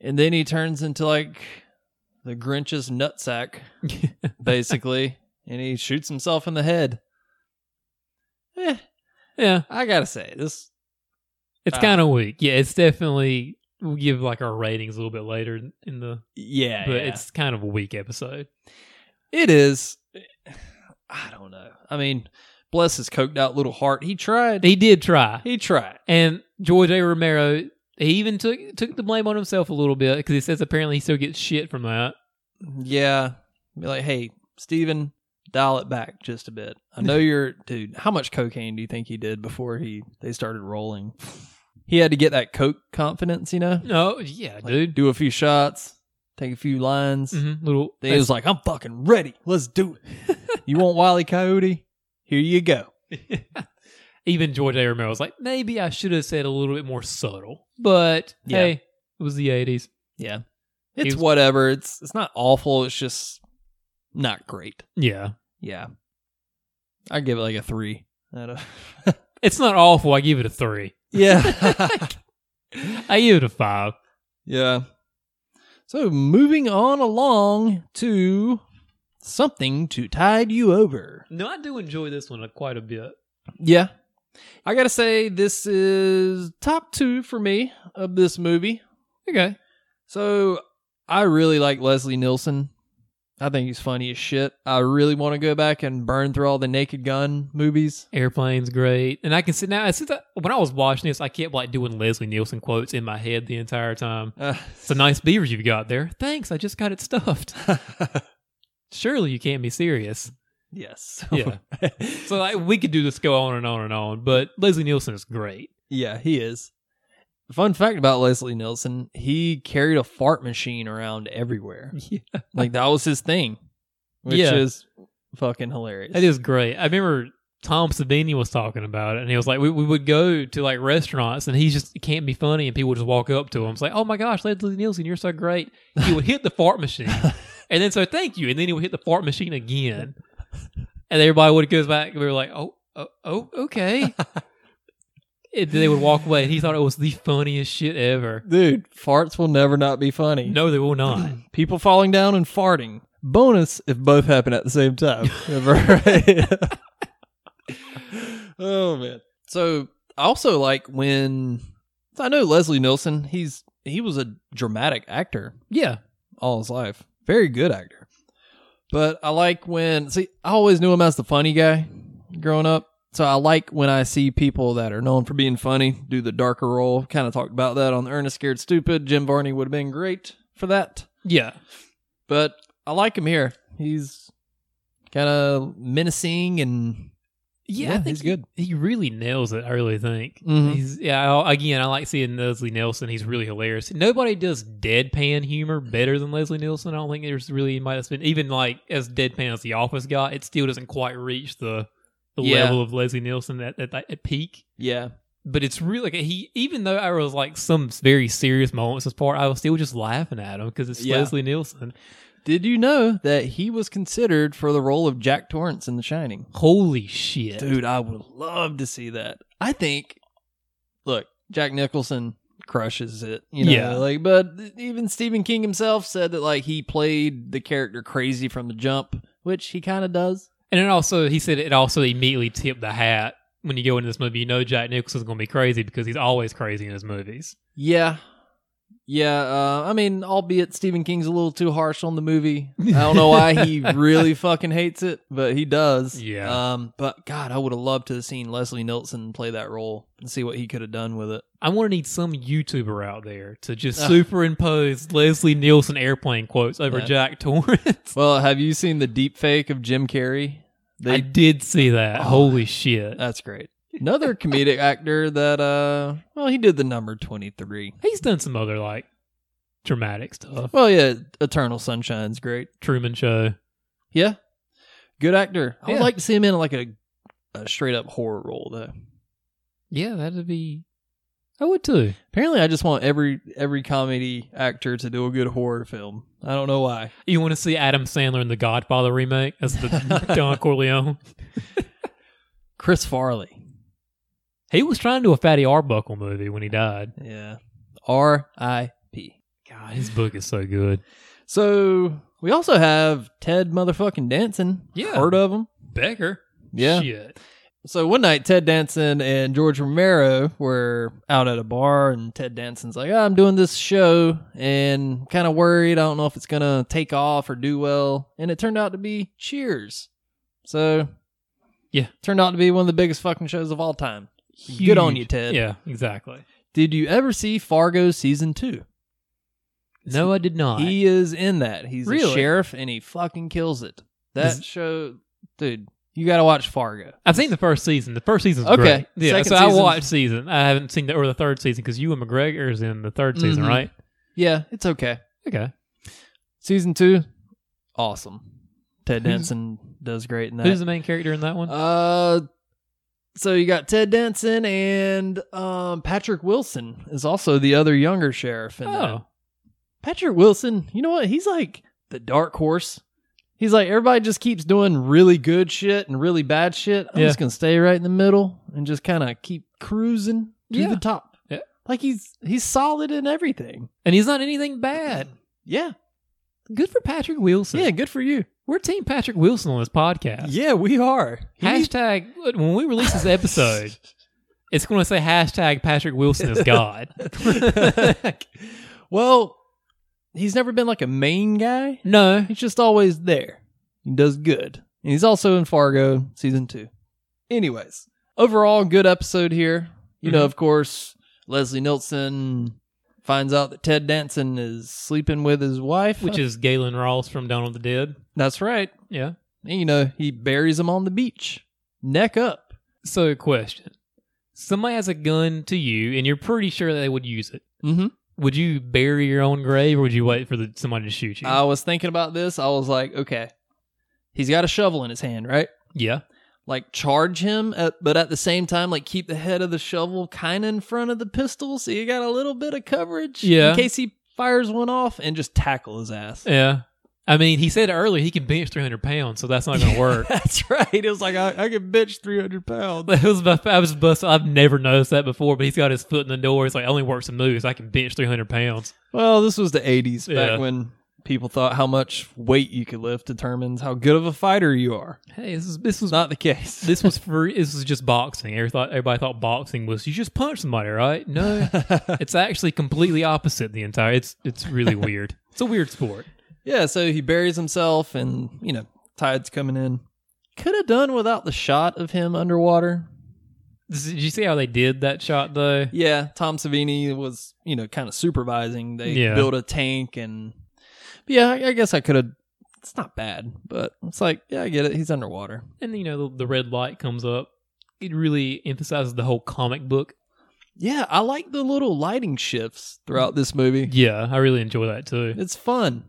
And then he turns into like the Grinch's nutsack, basically. and he shoots himself in the head. Eh, yeah, I gotta say, this it's Uh, kind of weak. Yeah, it's definitely we'll give like our ratings a little bit later in the, yeah, but yeah. it's kind of a weak episode. it is I don't know. I mean, bless his coked out little heart. He tried. He did try, he tried. and George A. Romero he even took took the blame on himself a little bit because he says apparently he still gets shit from that. Yeah. Be like, hey, Steven, dial it back just a bit. I know you're dude, how much cocaine do you think he did before he they started rolling? He had to get that coke confidence, you know? No, yeah, Like, dude, Do a few shots, take a few lines. Mhm, little Then he was like, I'm fucking ready. Let's do it. you want Wiley Coyote? Here you go. Even George A. Romero was like, maybe I should have said a little bit more subtle, but Yeah. hey, it was the '80s. Yeah. He It's was- whatever. It's it's not awful. It's just not great. Yeah, Yeah. I give it like a three out of it's not awful. I give it a three. Yeah. I give it a five. Yeah. So moving on along to something to tide you over. No, I do enjoy this one uh, quite a bit. Yeah. I got to say, this is top two for me of this movie. Okay. So I really like Leslie Nielsen. I think he's funny as shit. I really want to go back and burn through all the Naked Gun movies. Airplane's great, and I can sit now. Since I, when I was watching this, I kept like doing Leslie Nielsen quotes in my head the entire time. Uh, It's a nice beaver you've got there. Thanks, I just got it stuffed. Surely you can't be serious. yes. Yeah. So like we could do this go on and on and on, but Leslie Nielsen is great. Yeah, he is. Fun fact about Leslie Nielsen, he carried a fart machine around everywhere. Yeah. Like that was his thing. Which Yeah. is fucking hilarious. That is great. I remember Tom Savini was talking about it, and he was like, we, we would go to like restaurants, and he just he can't be funny, and people would just walk up to him. It's like, oh my gosh, Leslie Nielsen, you're so great. He would hit the fart machine, and then so thank you, and then he would hit the fart machine again, and everybody would go back. And we were like, oh, oh, oh okay. and then they would walk away, and he thought it was the funniest shit ever. Dude, farts will never not be funny. No, they will not. People falling down and farting. Bonus if both happen at the same time. oh man. So I also like when I know Leslie Nielsen, he's he was a dramatic actor. yeah, all his life. Very good actor. But I like when see, I always knew him as the funny guy growing up. So I like when I see people that are known for being funny do the darker role. Kind of talked about that on the Ernest Scared Stupid. Jim Varney would have been great for that, Yeah. but I like him here. He's kind of menacing and Yeah, Yeah, I think he's he- good. He, really nails it. I really think. Mhm. He's yeah. I, again, I like seeing Leslie Nielsen. He's really hilarious. Nobody does deadpan humor better than Leslie Nielsen. I don't think there's really anybody that's been even like as deadpan as The Office got. It still doesn't quite reach the the Yeah. level of Leslie Nielsen at at, that- at peak. yeah, But it's really like he. Even though I was like some very serious moments as part, I was still just laughing at him because it's Yeah. Leslie Nielsen. Did you know that he was considered for the role of Jack Torrance in The Shining? Holy shit, Dude, I would love to see that. I think, look, Jack Nicholson crushes it. You know, Yeah. like, but even Stephen King himself said that like he played the character crazy from the jump, which he kind of does. And it also, he said it also immediately tipped the hat when you go into this movie. You know, Jack Nicholson's going to be crazy because he's always crazy in his movies. Yeah. Yeah, uh, I mean, albeit Stephen King's a little too harsh on the movie. I don't know why he really fucking hates it, but he does. Yeah. Um, but God, I would have loved to have seen Leslie Nielsen play that role and see what he could have done with it. I want to need some YouTuber out there to just Ugh. superimpose Leslie Nielsen airplane quotes over Yeah. Jack Torrance. Well, have you seen the deep fake of Jim Carrey? I They did see that. Oh. Holy shit. that's great. Another comedic actor that uh well he did the number 23. He's done some other, like, dramatic stuff. Well, yeah, Eternal Sunshine's great. Truman Show. Yeah. Good actor. I would Yeah. like to see him in like a, a straight up horror role though. Yeah, that'd be. I would too. Apparently I just want every every comedy actor to do a good horror film. I don't know why. You want to see Adam Sandler in the Godfather remake as the Don Corleone? Chris Farley. He was trying to do a Fatty Arbuckle movie when he died. Yeah. R I P. God, his book is so good. So, we also have Ted motherfucking Danson. Yeah. Heard of him? Becker? Yeah. Shit. So one night, Ted Danson and George Romero were out at a bar, and Ted Danson's like, oh, "I'm doing this show, and kind of worried. I don't know if it's gonna take off or do well." And it turned out to be Cheers. So, Yeah. turned out to be one of the biggest fucking shows of all time. Good on Huge. you, Ted. Yeah, exactly. Did you ever see Fargo season two? No, I did not. He is in that. He's a Really? sheriff, and he fucking kills it. That Is- show, dude. You gotta watch Fargo. I've seen the first season. The first season's Okay. great. Yeah, Second so I season- watched season. I haven't seen the or the third season because you and McGregor is in the 3rd season, Mhm. right? Yeah, it's okay. Okay. Season two, awesome. Ted Who's- Danson does great in that. Who's the main character in that one? uh, so you got Ted Danson and um, Patrick Wilson is also the other younger sheriff. In that. oh, Patrick Wilson, you know what? He's like the dark horse. He's like everybody just keeps doing really good shit and really bad shit. I'm Yeah. just gonna stay right in the middle and just kind of keep cruising to Yeah. the top. Yeah. Like he's he's solid in everything. and he's not anything bad. Yeah, Good for Patrick Wilson. yeah. Good for you. we're Team Patrick Wilson on this podcast. Yeah, we are. He's- Hashtag when we release this episode, it's going to say hashtag Patrick Wilson is God. well, he's never been like a main guy. no, He's just always there. He does good. And he's also in Fargo season two. Anyways, overall, good episode here. You Mm-hmm. know, of course, Leslie Nielsen finds out that Ted Danson is sleeping with his wife, which is Galen Ross from Donald the Dead. that's right. Yeah. And, you know, he buries him on the beach, neck up. So, question: Somebody has a gun to you, and you're pretty sure they would use it. Mm-hmm. Would you bury your own grave, or would you wait for the, somebody to shoot you? I was thinking about this. I was like, okay, he's got a shovel in his hand, right? yeah. like charge him at, but at the same time like keep the head of the shovel kind of in front of the pistol so you got a little bit of coverage Yeah. in case he fires one off and just tackle his ass Yeah. I mean, he said earlier he can bench 300 pounds, so that's not going to work. that's right it was like i, I could bitch 300 pounds That was my, I was bust. I've never noticed that before, but he's got his foot in the door. He's like, I only work some moves. I can bench 300 pounds. well this was the 80s back Yeah. when people thought how much weight you could lift determines how good of a fighter you are Hey, this is this was it's not the case this was free. This was just boxing. Everybody thought, everybody thought boxing was you just punch somebody, right? No, it's actually completely opposite the entire. It's it's really weird. It's a weird sport. yeah so he buries himself and you know tide's coming in could have done without the shot of him underwater. Did you see how they did that shot though? Yeah, Tom Savini was, you know, kind of supervising. They Yeah. built a tank and but yeah, I, I guess I could have it's not bad, but it's like, yeah, I get it. He's underwater. And you know the, the red light comes up. It really emphasizes the whole comic book. Yeah, I like the little lighting shifts throughout this movie. Yeah, I really enjoy that too. It's fun.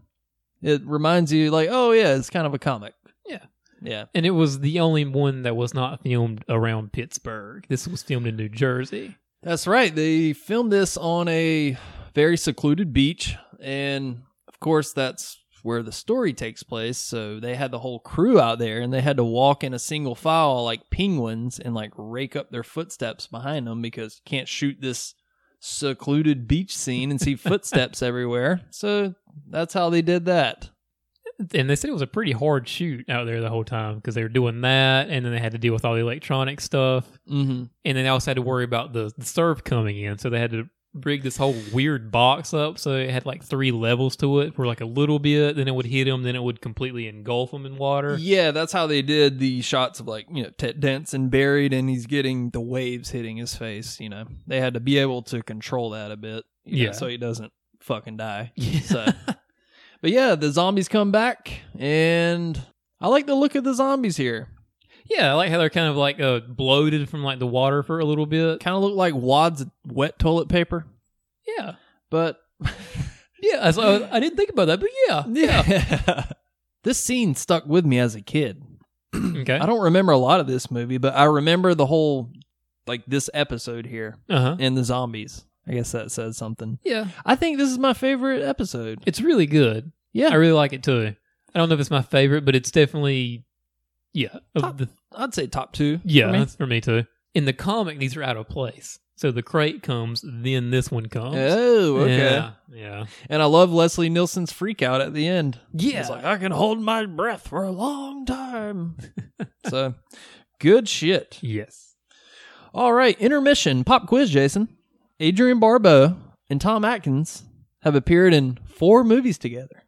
It reminds you like, oh yeah, it's kind of a comic. Yeah. Yeah. And it was the only one that was not filmed around Pittsburgh. This was filmed in New Jersey. That's right. They filmed this on a very secluded beach. And of course, that's where the story takes place. So they had the whole crew out there and they had to walk in a single file like penguins and like rake up their footsteps behind them because you can't shoot this secluded beach scene and see footsteps everywhere. So that's how they did that. And they said it was a pretty hard shoot out there the whole time because they were doing that and then they had to deal with all the electronic stuff. Mm-hmm. And then they also had to worry about the, the surf coming in. So they had to rig this whole weird box up. So it had like three levels to it for like a little bit. Then it would hit them. Then it would completely engulf them in water. Yeah, that's how they did the shots of like, you know, Ted Denson buried and he's getting the waves hitting his face, you know. They had to be able to control that a bit. you know, Yeah. so he doesn't fucking die. So But yeah, the zombies come back and I like the look of the zombies here. Yeah, I like how they're kind of like uh, bloated from like the water for a little bit. Kind of look like wads of wet toilet paper, Yeah. but Yeah, I, so I didn't think about that, but yeah. yeah. this scene stuck with me as a kid. Okay. I don't remember a lot of this movie, but I remember the whole like this episode here. Uh huh. and the zombies. I guess that says something. Yeah. I think this is my favorite episode. It's really good. Yeah. I really like it too. I don't know if it's my favorite, but it's definitely, yeah. Of the, I'd say top two. yeah, for me. that's for me too. In the comic, these are out of place. So the crate comes, then this one comes. Oh, okay. Yeah. Yeah. And I love Leslie Nielsen's freak out at the end. Yeah. It's like, I can hold my breath for a long time. so good shit. Yes. All right. Intermission. Pop quiz, Jason. Adrian Barbeau and Tom Atkins have appeared in four movies together.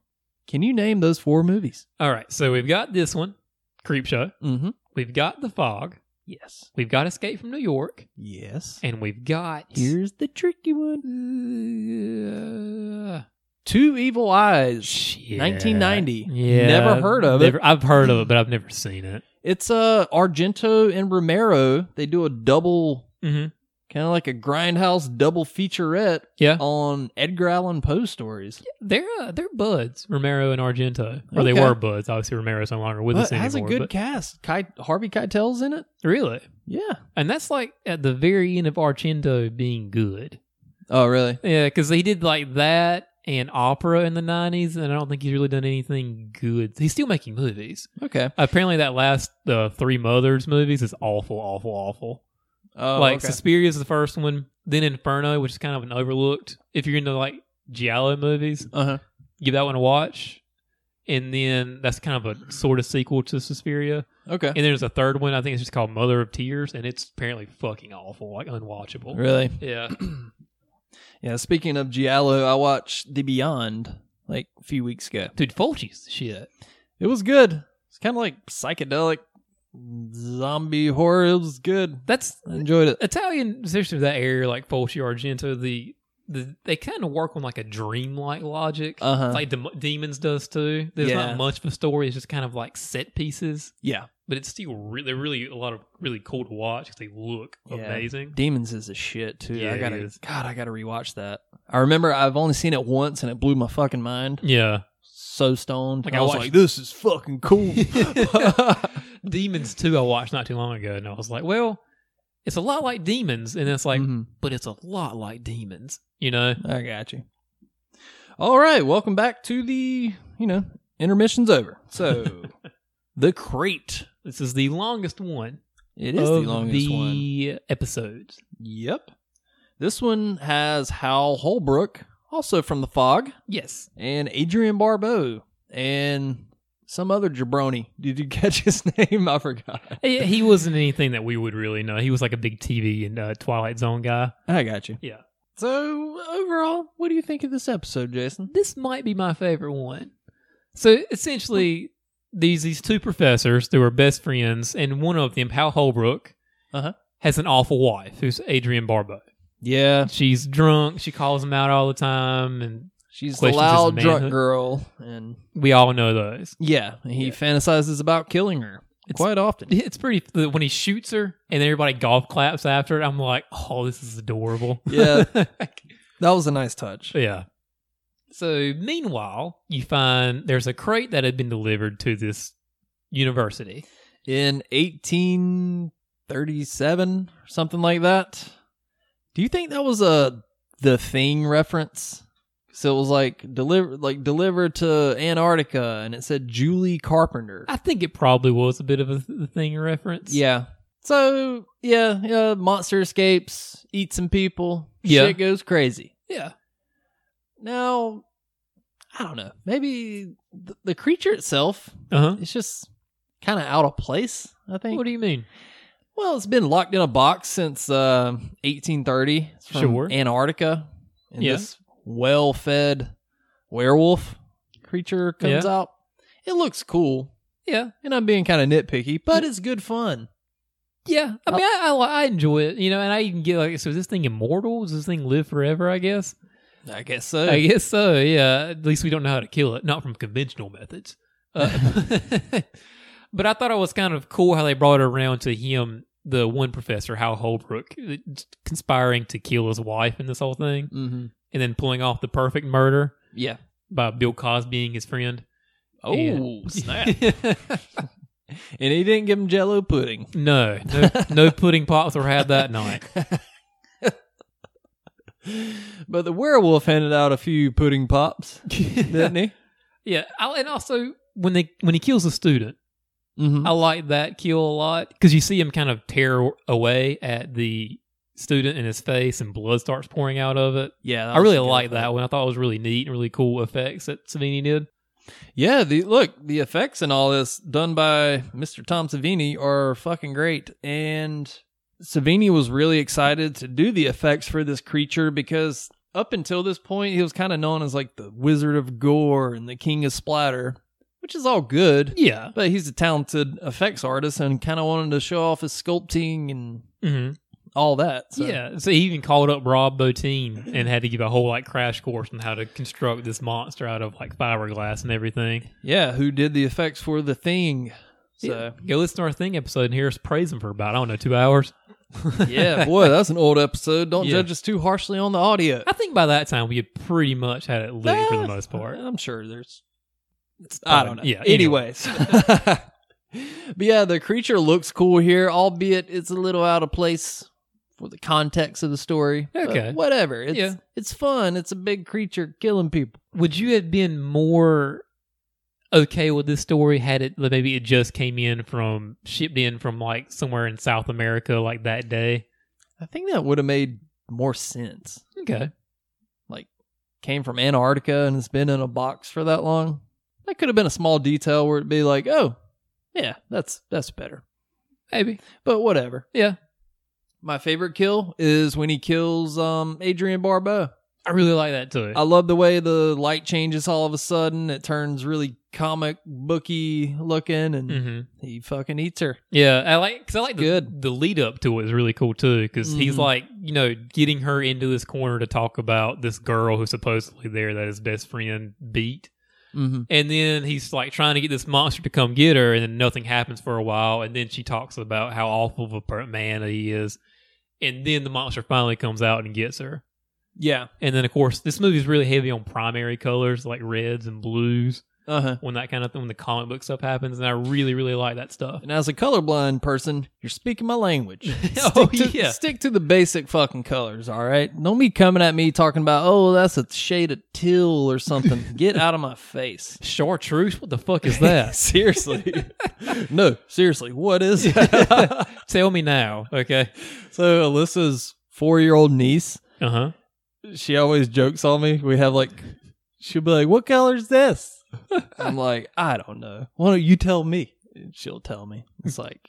Can you name those four movies? All right. So we've got this one, Creep Show. Mm hmm. We've got The Fog. Yes. We've got Escape from New York. Yes. And we've got. uh, Here's the tricky one. Two Evil Eyes, Shit. 1990. Yeah. Never heard of Never- it. I've heard of it, but I've never seen it. It's uh, Argento and Romero. They do a double, Mm-hmm. kind of like a grindhouse double featurette Yeah. on Edgar Allan Poe stories. They're uh, they're buds, Romero and Argento, or they Okay. were buds. Obviously, Romero's no longer with but us it anymore. has a good but- cast. Kai- Harvey Keitel's in it. really, Yeah. and that's like at the very end of Argento being good. Oh, really? Yeah, because he did like that and opera in the '90s, and I don't think he's really done anything good. He's still making movies. Okay. Apparently, that last uh, Three Mothers movies is awful, awful, awful. Oh, like okay. Suspiria's the first one, then Inferno, which is kind of an overlooked. If you're into like giallo movies, uh-huh. give that one a watch. And then that's kind of a sort of sequel to Suspiria. Okay. And there's a third one, I think it's just called Mother of Tears, and it's apparently fucking awful, like unwatchable. really? Yeah. Yeah. Speaking of Giallo, I watched The Beyond like a few weeks ago. Dude, Fulci's shit. It was good. It's kind of like psychedelic zombie horror. It was good. That's I enjoyed it. Italian especially that area like Fulci Argento, the, the they kind of work on like a dreamlike logic. Uh-huh. Like Dem- Demons does too. There's Yeah. not much of a story, it's just kind of like set pieces. Yeah. But it's still re- they're really a lot of really cool to watch 'cause they look Yeah. amazing. Demons is a shit too. Yeah, I it gotta is. God, I gotta rewatch that. I remember I've only seen it once and it blew my fucking mind. Yeah. So stoned. Like, And I I was watched- like, this is fucking cool. Demons 2 I watched not too long ago and I was like, well, it's a lot like Demons and it's like, Mhm. but it's a lot like Demons, you know? I got you. All right, welcome back to the you know intermission's over. So the crate. This is the longest one It is of the longest one. the episodes. Yep. This one has Hal Holbrook, also from The Fog, Yes. and Adrian Barbeau, and some other jabroni. Did you catch his name? I forgot. He he wasn't anything that we would really know. He was like a big TV and uh, Twilight Zone guy. I got you. Yeah. So, overall, what do you think of this episode, Jason? This might be my favorite one. So essentially, these these two professors they were best friends, and one of them, Hal Holbrook, Uh-huh. has an awful wife who's Adrienne Barbeau. Yeah, She's drunk. She calls him out all the time, and she's the Questions his loud drunk manhood. girl, and we all know those. yeah, he fantasizes about killing her quite often. It's pretty when he shoots her, and everybody golf claps after it. I'm like, oh, this is adorable. Yeah. That was a nice touch. Yeah. So meanwhile, you find there's a crate that had been delivered to this university. In 1837, or something like that. Do you think that was a the thing reference? So it was like deliver, like delivered to Antarctica, and it said Julie Carpenter. I think it probably was a bit of a th- thing reference. Yeah. So yeah, yeah. Monster escapes, eats some people. Yeah. Shit goes crazy. Yeah. Now, I don't know. Maybe the, the creature itself Uh huh. it's just kind of out of place. I think. What do you mean? well, it's been locked in a box since uh, 1830. It's from Sure. Antarctica, and Yeah. this well-fed werewolf creature comes out. It looks cool, Yeah. and I'm being kind of nitpicky, but it's good fun. Yeah. I mean, I, I, li- I enjoy it, you know, and I even get like, so is this thing immortal? Does this thing live forever? I guess. I guess so. I guess so. Yeah. At least we don't know how to kill it, not from conventional methods. Uh, but I thought it was kind of cool how they brought it around to him, the one professor, Hal Holbrook, uh, conspiring to kill his wife in this whole thing, hmm and then pulling off the perfect murder Yeah. by Bill Cosby being his friend. Oh And- snap! and he didn't give him Jello pudding. No, no, no pudding pops were had that night. But the werewolf handed out a few pudding pops, didn't he? Yeah, I, and also when they when he kills a student, Mm-hmm. I like that kill a lot because you see him kind of tear away at the student in his face, and blood starts pouring out of it. Yeah, that I was really a good like one. that one. I thought it was really neat and really cool effects that Savini did. Yeah, the look, the effects and all this done by Mr. Tom Savini are fucking great. And Savini was really excited to do the effects for this creature because up until this point, he was kind of known as like the Wizard of Gore and the King of Splatter, which is all good. Yeah, But he's a talented effects artist and kind of wanted to show off his sculpting and hmm all that. So. yeah. So he even called up Rob Bottin and had to give a whole like crash course on how to construct this monster out of like fiberglass and everything. Yeah, who did the effects for the thing? So So go listen to our thing episode and hear us praise him for about I don't know two hours. yeah, boy, that's an old episode. Don't Yeah. judge us too harshly on the audio. I think by that time we had pretty much had it lit for the most part. I'm sure there's. I don't know. Yeah, Anyways. but yeah, the creature looks cool here, albeit it's a little out of place for the context of the story. But Okay. whatever. It's, Yeah. It's fun. It's a big creature killing people. Would you have been more okay with this story had it like, maybe it just came in from shipped in from like somewhere in South America like that day? I think that would have made more sense. Okay. Came from Antarctica and it's been in a box for that long. That could have been a small detail where it'd be like, oh, yeah, that's that's better. Maybe. But whatever. Yeah. My favorite kill is when he kills um Adrian Barbeau. I really like that too. I love the way the light changes all of a sudden. It turns really comic booky looking, and mm-hmm. he fucking eats her. Yeah, I like because I like the, Good. the lead up to it is really cool too because he's Mhm. like you know getting her into this corner to talk about this girl who's supposedly there that his best friend beat, Mm-hmm. and then he's like trying to get this monster to come get her, and then nothing happens for a while, and then she talks about how awful of a per- man he is, and then the monster finally comes out and gets her, Yeah. and then of course this movie's really heavy on primary colors like reds and blues Uh huh. when that kind of when the comic book stuff happens, and I really really like that stuff. And as a colorblind person, you're speaking my language. Oh, Stick to- yeah. Stick to the basic fucking colors, all right? Don't be coming at me talking about, oh, that's a shade of teal or something. Get out of my face. Chartreuse, what the fuck is that? seriously. no, seriously. What is it? Tell me now, okay? so, Alyssa's four year old niece Uh huh. she always jokes on me. We have like, she'll be like, "What color is this?" I'm like, "I don't know. Why don't you tell me?" And she'll tell me. It's like,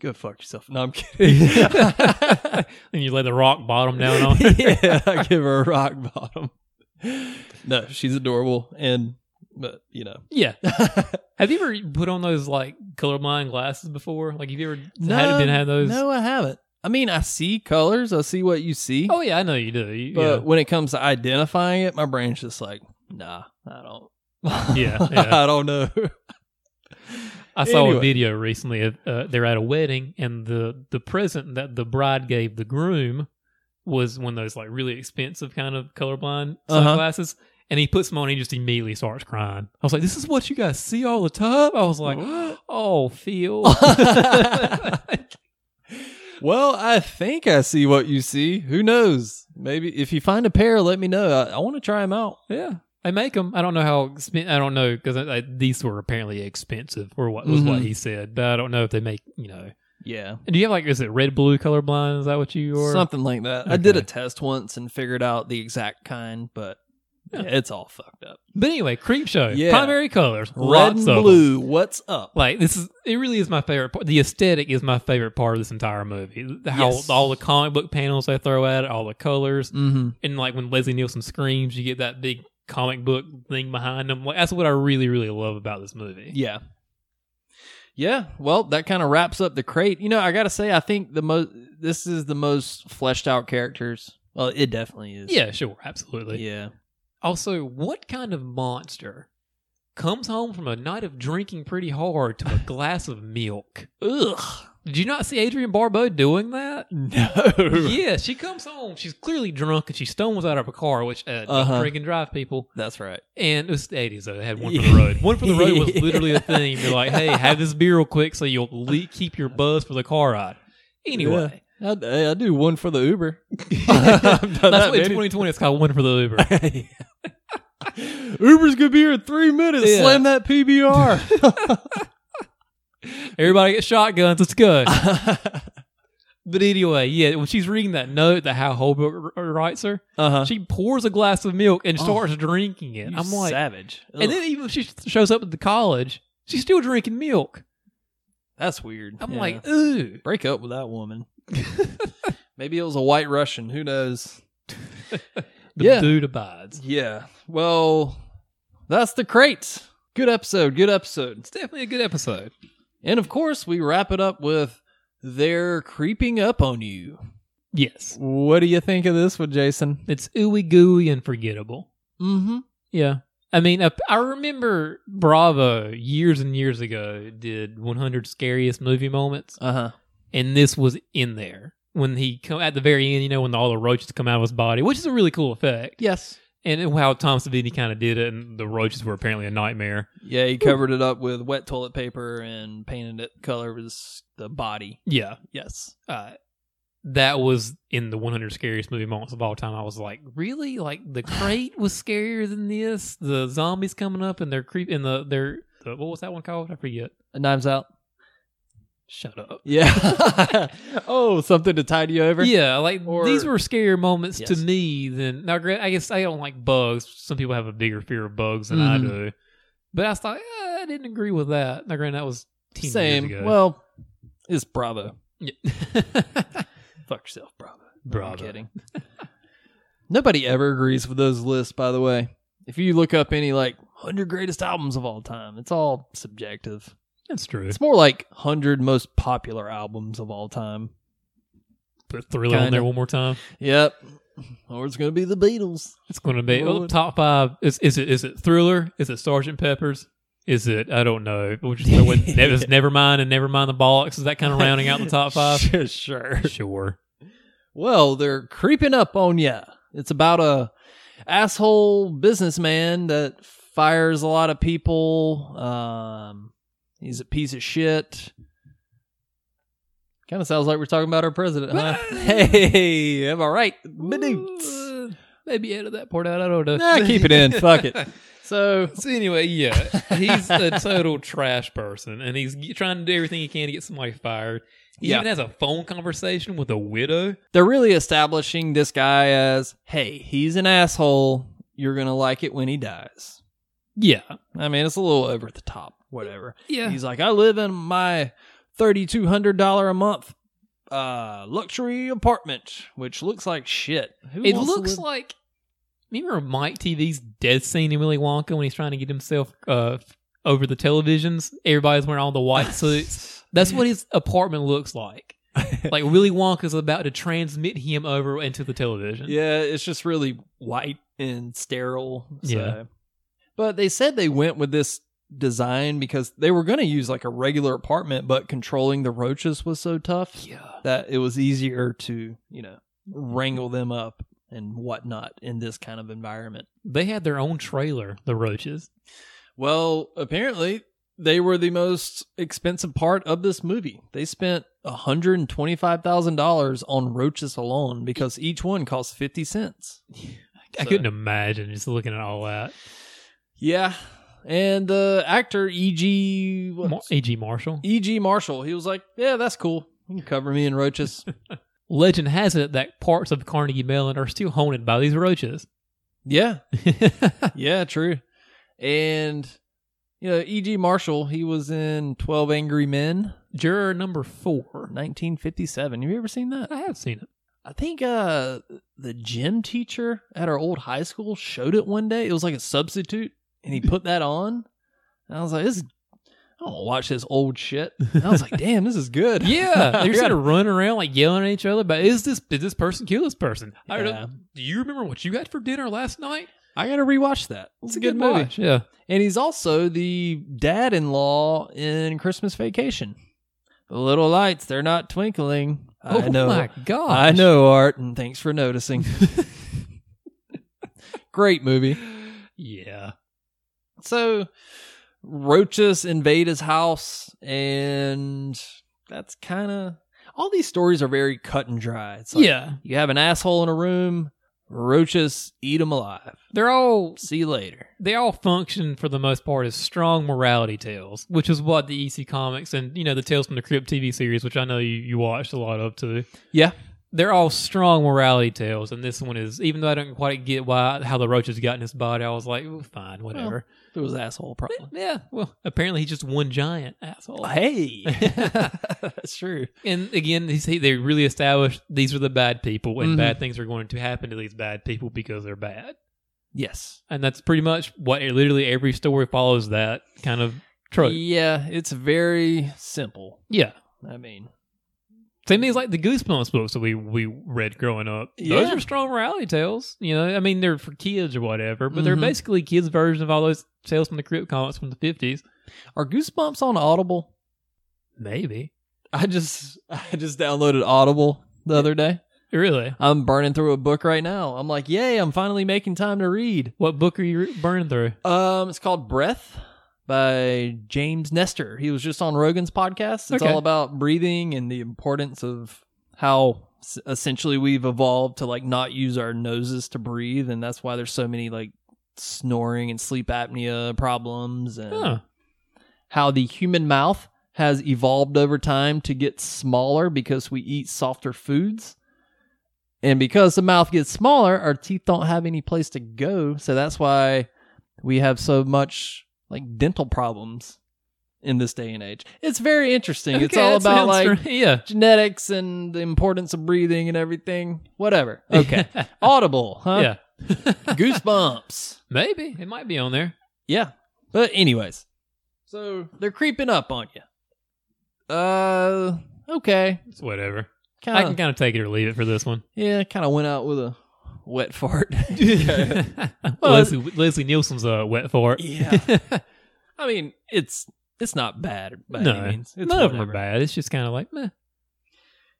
"Go fuck yourself." No, I'm kidding. and you lay the rock bottom down on. yeah, I give her a rock bottom. No, she's adorable, and but you know. Yeah. have you ever put on those like colorblind glasses before? Like, have you ever had been had those? No, I haven't. I mean, I see colors. I see what you see. Oh yeah, I know you do. You- But when it comes to identifying it, my brain's just like, nah, I don't. Yeah, yeah. I don't know. yeah. I saw anyway. a video recently. Of, uh, they're at a wedding, and the the present that the bride gave the groom was one of those like really expensive kind of colorblind Uh-huh. sunglasses. And he puts them on, and he just immediately starts crying. I was like, "This is what you guys see all the time." I was like, "Oh, Phil." well, I think I see what you see. Who knows? Maybe if you find a pair, let me know. I, I want to try them out. Yeah, they make them. I don't know how expen- I don't know because these were apparently expensive, or what was what Mhm. he said. But I don't know if they make you know. Yeah. Do you have like is it red blue colorblind? Is that what you are? Something like that. I did a Okay. test once and figured out the exact kind, but yeah, it's all fucked up. But anyway, creep show. Yeah. Primary colors, Red lots and of 'em. blue. What's up? Like this is it really is my favorite part. The aesthetic is my favorite part of this entire movie. How Yes. all the comic book panels they throw at it, all the colors, Mm-hmm. and like when Leslie Nielsen screams, you get that big comic book thing behind them. Like, that's what I really really love about this movie. Yeah. Yeah. Well, that kind of wraps up the crate. You know, I gotta say, I think the most this is the most fleshed out characters. Well, it definitely is. Yeah, sure, absolutely. Yeah. Also, what kind of monster comes home from a night of drinking pretty hard to a glass of milk? Ugh. Did you not see Adrian Barbeau doing that? No. yeah, she comes home. She's clearly drunk and she stumbles out of a car, which uh, don't Uh-huh. drink and drive people. That's right. And it was the 80s, though. They had one for the road. One for the road was literally a thing. They're like, hey, have this beer real quick so you'll le- keep your buzz for the car ride. Anyway, I, I- I do one for the Uber. that's what in 2020 it's called one for the Uber. Uber's gonna be here in three minutes. Yeah. Slam that PBR. Everybody get shotguns. Let's go. But anyway, yeah, when she's reading that note that how Holbrook r- writes her, uh-huh. she pours a glass of milk Oh. and starts drinking it. I'm like, savage. and then even if she shows up at the college, she's still drinking milk. that's weird. I'm Yeah. like, ooh, break up with that woman. Maybe it was a white Russian. Who knows? the Yeah. dude abides. Yeah. Well, that's the crate. Good episode. Good episode. It's definitely a good episode. And of course, we wrap it up with they're creeping up on you. Yes, What do you think of this one, Jason? it's ooey gooey and forgettable. Mm-hmm. Yeah, I mean, I, I remember Bravo years and years ago did 100 scariest movie moments. Uh huh. and this was in there when he come at the very end. You know, when all the roaches come out of his body, which is a really cool effect. Yes. And how Tom Savini kind of did it, and the roaches were apparently a nightmare. Yeah, he covered it up with wet toilet paper and painted it color was the body. Yeah, Yes. uh, that was in the 100 scariest movie moments of all time. I was like, really? Like the crate was scarier than this. The zombies coming up and they're creep and the their the, what was that one called? I forget. Knives out. Shut up. Yeah. oh, something to tide you over. Yeah, like Or- these were scarier moments to Yes. me than now. gra- I guess I don't like bugs. Some people have a bigger fear of bugs than I Mhm. do, but I thought eh, I didn't agree with that. Now, granted, that was 10 Same. years ago. Well, it's Bravo. Yeah. Fuck yourself, Bravo. Bravo. I'm kidding. Nobody ever agrees with those lists, by the way. If you look up any like 100 greatest albums of all time, it's all subjective. that's true. It's more like 100 most popular albums of all time. Put Thriller on kinda. there one more time. Yep. Or it's going to be the Beatles. It's going to be oh, Lord. top five. Is, is it? Is it Thriller? Is it Sergeant Pepper's? Is it? I don't know. We'll just throw in, it was Nevermind and Nevermind the Bollocks. Is that kind of rounding out the top five? sure, sure. sure. Well, they're creeping up on ya. It's about a asshole businessman that fires a lot of people. Um, he's a piece of shit. Kind of sounds like we're talking about our president, huh? hey, am I right? Badoots. Ooh, Maybe edit that part out. I don't know. Nah, keep it in. Fuck it. So, So anyway, yeah, he's a total trash person, and he's g- trying to do everything he can to get somebody fired. He Yeah. even has a phone conversation with a widow. they're really establishing this guy as, hey, he's an asshole. You're gonna like it when he dies. Yeah, I mean, it's a little over the top. Whatever. yeah, He's like, I live in my thirty-two hundred dollar a month uh luxury apartment, which looks like shit. Who it wants to looks live- like You remember Mike TV's death scene in Willy Wonka when he's trying to get himself uh, over the televisions? Everybody's wearing all the white suits. That's what his apartment looks like. Like Willy Wonka's about to transmit him over into the television. Yeah, it's just really white and sterile. So. Yeah. But they said they went with this design because they were going to use like a regular apartment, but controlling the roaches was so tough Yeah. that it was easier to, you know, wrangle them up and whatnot in this kind of environment. They had their own trailer, the Roaches. Well, apparently they were the most expensive part of this movie. They spent $125,000 on roaches alone because each one costs 50 cents. I So- couldn't imagine just looking at all that. Yeah. And the actor E.G. Mar- what- E.G. Marshall. E.G. Marshall, he was like, "Yeah, that's cool. You can cover me in roaches." Legend has it that parts of Carnegie Mellon are still haunted by these roaches. yeah, yeah, true. And you know, E.G. Marshall, he was in Twelve Angry Men, Juror number four. 1957. Have you ever seen that? I have seen it. I think uh the gym teacher at our old high school showed it one day. It was like a substitute, and he put that on. And I was like, "This, is- I don't wanna watch this old shit." And I was like, "Damn, this is good." Yeah, I they're just gotta- gonna run around like yelling at each other. But is this did this person kill this person? I Yeah. don't, do you remember what you had for dinner last night? I gotta rewatch that. It's a good, movie. watch, Yeah, And he's also the dad in law in Christmas Vacation. The little lights, they're not twinkling. I oh know. my god, I know, Art, and thanks for noticing. Great movie. Yeah, So, roaches invade his house, and that's kind of. All these stories are very cut and dry. It's like yeah. you have an asshole in a room, roaches eat him alive. They're all See you later. they all function for the most part as strong morality tales, which is what the EC comics and you know the Tales from the Crypt TV series, which I know you, you watched a lot of too. Yeah. They're all strong morality tales, and this one is even though I don't quite get why how the roach has gotten his body, I was like, "Ooh, fine, whatever. It was asshole, probably. yeah, well, apparently he's just one giant asshole. Hey, that's true. and again, you see, they really established these are the bad people, and Mhm. bad things are going to happen to these bad people because they're bad. Yes. And that's pretty much what literally every story follows that kind of trope. Yeah, it's very simple. Yeah. I mean, Same things like the Goosebumps books that we, we read growing up. Those Yeah. are strong morality tales. You know, I mean, they're for kids or whatever, but they're Mhm. basically kids' versions of all those Tales from the Crypt comics from the 50s. are Goosebumps on Audible? Maybe. I just I just downloaded Audible the other day. Really? I'm burning through a book right now. I'm like, yay! I'm finally making time to read. What book are you re- burning through? Um, it's called Breath by James Nestor. He was just on Rogan's podcast. It's Okay. all about breathing and the importance of how s- essentially we've evolved to like not use our noses to breathe, and that's why there's so many like snoring and sleep apnea problems, and Huh. how the human mouth has evolved over time to get smaller because we eat softer foods. And because the mouth gets smaller, our teeth don't have any place to go. So that's why we have so much like dental problems in this day and age. It's very interesting. it's Okay, all that about sounds like right. yeah. genetics and the importance of breathing and everything. Whatever. Okay. Audible, huh? yeah. Goosebumps. Maybe. It might be on there. Yeah. But anyways. So they're creeping up on you. Uh okay. It's whatever. I Kinda, can kind of take it or leave it for this one. yeah, kinda went out with a wet fart. Well, Leslie, Leslie Nielsen's uh, wet for it. Yeah. I mean, it's it's not bad by No. any means. It's None of them are whatever. bad. It's just kind of like, meh.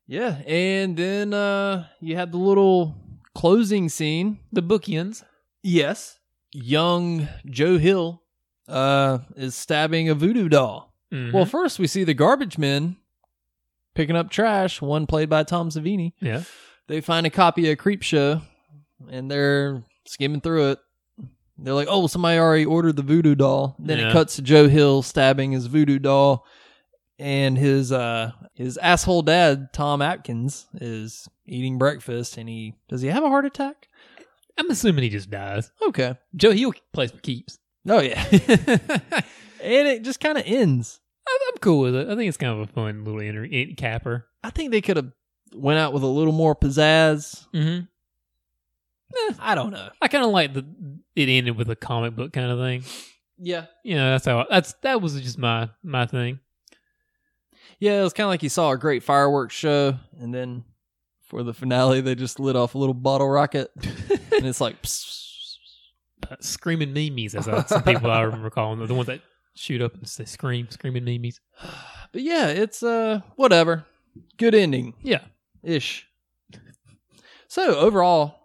Yeah. And then uh you had the little closing scene The bookends. Yes. Young Joe Hill uh, is stabbing a voodoo doll. Well, first we see the garbage men picking up trash, one played by Tom Savini. yeah. They find a copy of Creep Show and they're skimming through it. They're like, oh, well, somebody already ordered the voodoo doll. Then Yeah. it cuts to Joe Hill stabbing his voodoo doll. And his uh his asshole dad, Tom Atkins, is eating breakfast and he does he have a heart attack? I'm assuming he just dies. Okay. Joe Hill plays for keeps. Oh yeah. I- and it just kind of ends. I'm cool with it. I think it's kind of a fun little inter- in- capper. I think they could have went out with a little more pizzazz. Mm-hmm. Eh, I don't know. I kind of like the it ended with a comic book kind of thing. Yeah. You know, that's how that's that was just my my thing. Yeah, it was kind of like you saw a great fireworks show, and then for the finale, they just lit off a little bottle rocket, and it's like, psst, Uh, screaming memes, as I, some people I remember calling them, the ones that shoot up and say scream, screaming memes. but yeah, it's uh whatever, good ending Yeah, ish. So overall,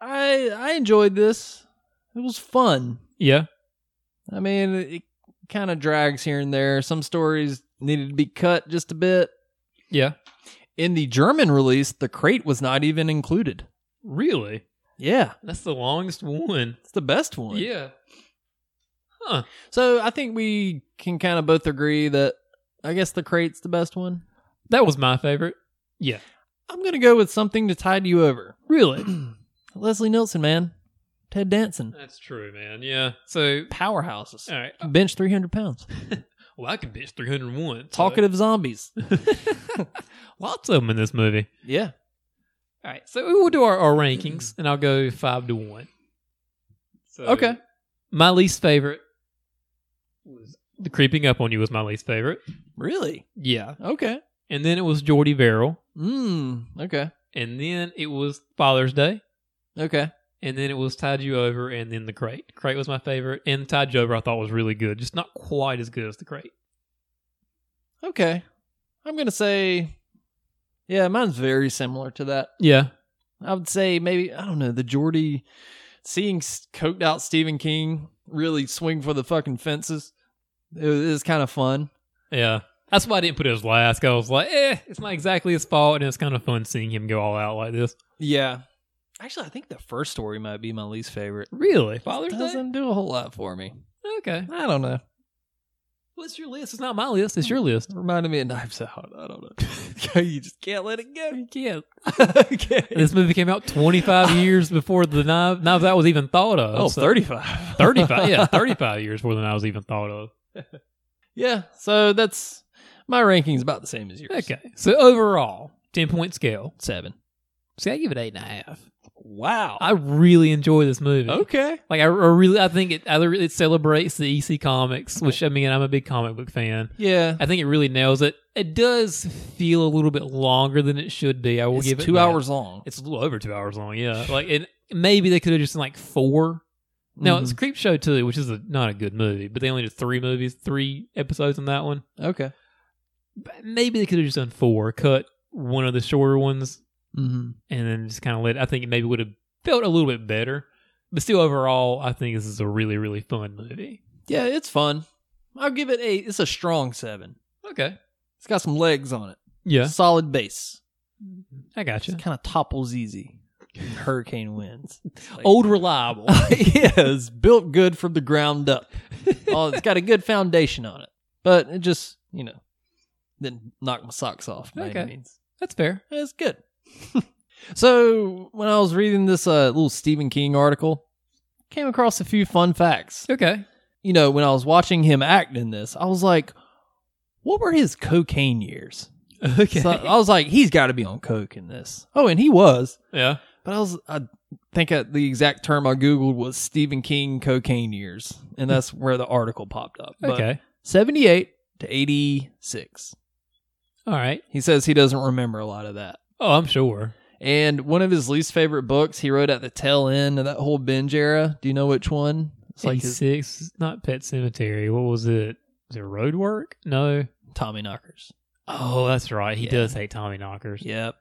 I I enjoyed this. It was fun. yeah, I mean, it, kind of drags here and there. Some stories needed to be cut just a bit. yeah. In the German release, the crate was not even included. Really, Yeah, that's the longest one. it's the best one. Yeah, So I think we can kind of both agree that I guess the crate's the best one. that was my favorite. Yeah, I'm gonna go with something to tide you over. really. Leslie Nielsen, man, Ted Danson, that's true, man. Yeah. So, powerhouses, all right. bench 300 pounds, Well, I could bitch three hundred one. talkative zombies. Lots of them in this movie. Yeah, All right, so we will do our, our rankings, and I'll go five to one. So Okay. My least favorite was the creeping up on you was my least favorite. really. Yeah, Okay. and then it was Geordie Verrill, Mm. Okay. and then it was Father's Day, Okay. and then it was Tied You Over, and then the Crate. Crate was my favorite, and Tied You Over I thought was really good, just not quite as good as the Crate. Okay. I'm gonna say, yeah, mine's very similar to that. Yeah, I would say maybe I don't know the Geordie seeing s- coked out Stephen King really swing for the fucking fences. It was, it was kind of fun. yeah. That's why I didn't put it as last. 'cause I was like, eh, it's not exactly his fault, and it's kind of fun seeing him go all out like this. Yeah. Actually, I think the first story might be my least favorite. Really, Father's Day? doesn't do a whole lot for me. Okay. I don't know. What's your list? It's not my list. It's your list. Reminded me of Knives Out. I don't know. you just can't let it go. Yeah. okay. This movie came out 25 years before the knife, knives that was even thought of. Oh, so- 35. 35. Yeah, 35 years before the knives even thought of. yeah. So that's my ranking's about the same as yours. Okay. So overall, 10 point scale. Seven. See, I give it eight and a half. Wow. I really enjoy this movie. okay. Like, I, I really, I think it, I, really- it celebrates the EC comics, which I mean, I'm a big comic book fan. Yeah. I think it really nails it. It does feel a little bit longer than it should be. I will it's give it two that. hours long. It's a little over two hours long, yeah. Like, and maybe they could have just done like four. No, it's Creep Show too, which is a, not a good movie, but they only did three movies, three episodes on that one. Okay. But maybe they could have just done four, cut one of the shorter ones, Mm-hmm. and then just kind of let. I think it maybe would have felt a little bit better, but still, overall, I think this is a really, really fun movie. Yeah, it's fun. I'll give it eight. It's a strong seven. Okay, It's got some legs on it. yeah, Solid base. I got you. It kind of topples easy. in Hurricane winds. Old reliable. yeah, it's built good from the ground up. Oh, it's got a good foundation on it, but it just you know didn't knock my socks off. By Okay. any means. That's fair. it's good. so when I was reading this uh, little Stephen King article, came across a few fun facts. Okay. You know, when I was watching him act in this, I was like, "What were his cocaine years?" Okay. So I was like, "He's got to be on coke in this." Oh, and he was. yeah. But I was, I think uh the exact term I Googled was Stephen King cocaine years. And that's where the article popped up. But Okay. 78 to 86. All right. He says he doesn't remember a lot of that. Oh, I'm sure. And one of his least favorite books he wrote at the tail end of that whole binge era. Do you know which one? It's like his Eighty-six. Not Pet Cemetery. What was it? Was it Road Work? No. Tommy Knockers. Oh, that's right. He Yeah. does hate Tommy Knockers. Yep.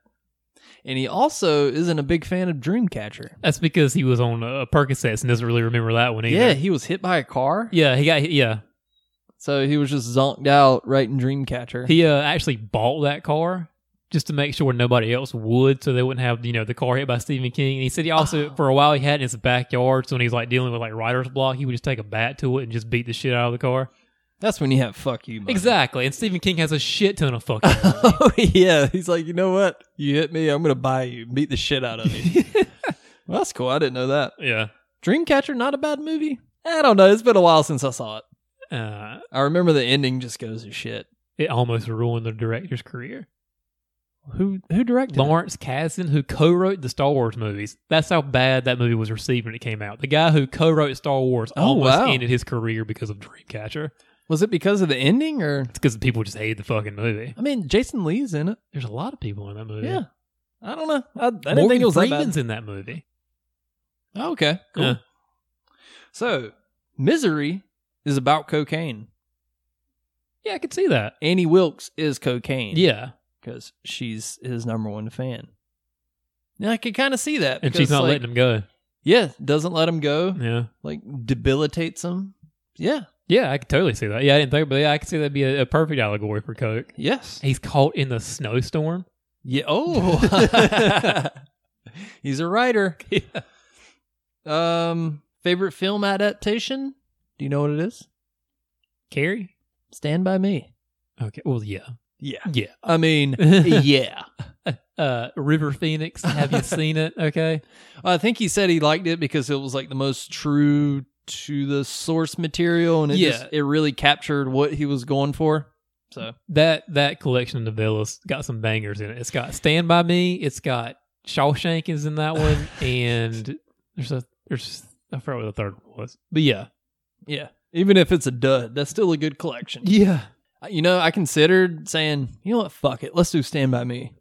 And he also isn't a big fan of Dreamcatcher. That's because he was on uh, Percocets and doesn't really remember that one either. Yeah, he was hit by a car. Yeah, he got yeah. So he was just zonked out writing Dreamcatcher. He uh, actually bought that car just to make sure nobody else would, so they wouldn't have you know the car hit by Stephen King. And he said he also Oh. for a while he had it in his backyard. So when he's like dealing with like writer's block, he would just take a bat to it and just beat the shit out of the car. That's when you have fuck you money. Exactly. And Stephen King has a shit ton of fucking. oh yeah, he's like, you know what? You hit me, I'm gonna buy you, beat the shit out of you. well, that's cool. I didn't know that. yeah. Dreamcatcher, not a bad movie. I don't know. It's been a while since I saw it. Uh, I remember the ending just goes to shit. it almost ruined the director's career. Who who directed? it? Lawrence Kasdan, who co-wrote the Star Wars movies. That's how bad that movie was received when it came out. The guy who co-wrote Star Wars Oh, almost wow. ended his career because of Dreamcatcher. Was it because of the ending or? It's because people just hated the fucking movie. I mean, Jason Lee's in it. There's a lot of people in that movie. Yeah. I don't know. I, I didn't Morgan think it was that bad. Freeman's in that movie. Oh, okay, cool. Yeah. So, Misery is about cocaine. Yeah, I could see that. Annie Wilkes is cocaine. Yeah, because she's his number one fan. Yeah, I can kind of see that. and because, she's not like, letting him go. Yeah, doesn't let him go. Yeah, Like debilitates him. Yeah. yeah, I could totally see that. Yeah, I didn't think, but yeah, I could see that'd be a, a perfect allegory for Coke. Yes. He's caught in the snowstorm. Yeah. Oh. He's a writer. Um. Favorite film adaptation? Do you know what it is? Carrie. Stand by Me. Okay. Well, yeah, Yeah. yeah. I mean, yeah. uh, River Phoenix. Have you seen it? Okay. I think he said he liked it because it was like the most true to the source material, and it Yeah. just, it really captured what he was going for. So That that collection of novellas got some bangers in it. It's got Stand by Me. It's got Shawshank is in that one, and there's a there's I forgot what the third one was, but yeah, yeah, even if it's a dud, that's still a good collection. yeah. You know, I considered saying, you know what, fuck it, let's do Stand by Me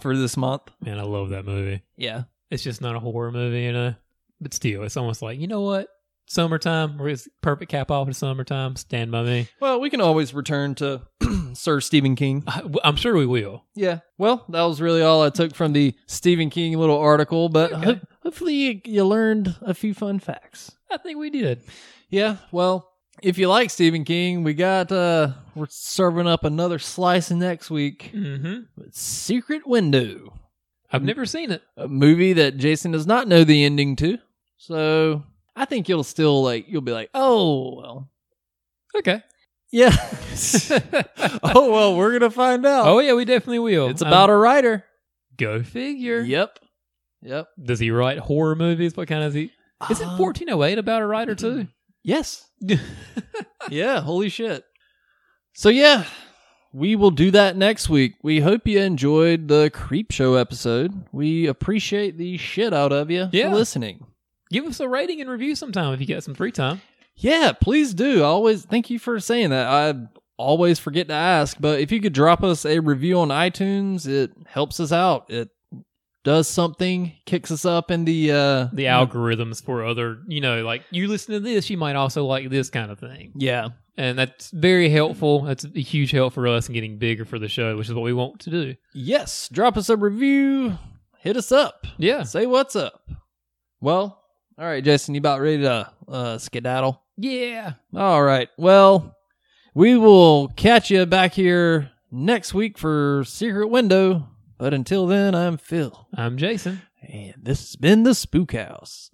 for this month. Man, I love that movie. Yeah, It's just not a horror movie, you know, but still, it's almost like you know what. Summertime, where it's perfect cap off to summertime. Stand by me. Well, we can always return to Sir Stephen King. I, am sure we will. Yeah. Well, that was really all I took from the Stephen King little article, but ho- hopefully you, you learned a few fun facts. I think we did. Yeah. Well, if you like Stephen King, we got uh we're serving up another slice next week. Mm-hmm. Secret Window, I've never seen it. a movie that Jason does not know the ending to. So, I think you'll still like you'll be like, "Oh, well." Okay. Yeah. oh, well, we're going to find out. Oh yeah, we definitely will. Um, it's about a writer. Go figure. Yep. Yep. Does he write horror movies? What kind of is he? Is it Um, 1408 about a writer too? Yes. yeah. Holy shit. So yeah, we will do that next week. We hope you enjoyed the creep show episode. We appreciate the shit out of you Yeah. for listening. Give us a rating and review sometime if you get some free time. Yeah, please do. I always thank you for saying that. I always forget to ask, but if you could drop us a review on iTunes, it helps us out. It does something, kicks us up in the uh The algorithms for other, you know, like you listen to this, you might also like this kind of thing. Yeah. And that's very helpful. That's a huge help for us in getting bigger for the show, which is what we want to do. Yes, drop us a review. Hit us up. Yeah. Say what's up. Well, all right, Jason, you about ready to uh, skedaddle? Yeah. All right. Well, we will catch you back here next week for Secret Window. But until then, I'm Phil, I'm Jason. and this has been the Spook House.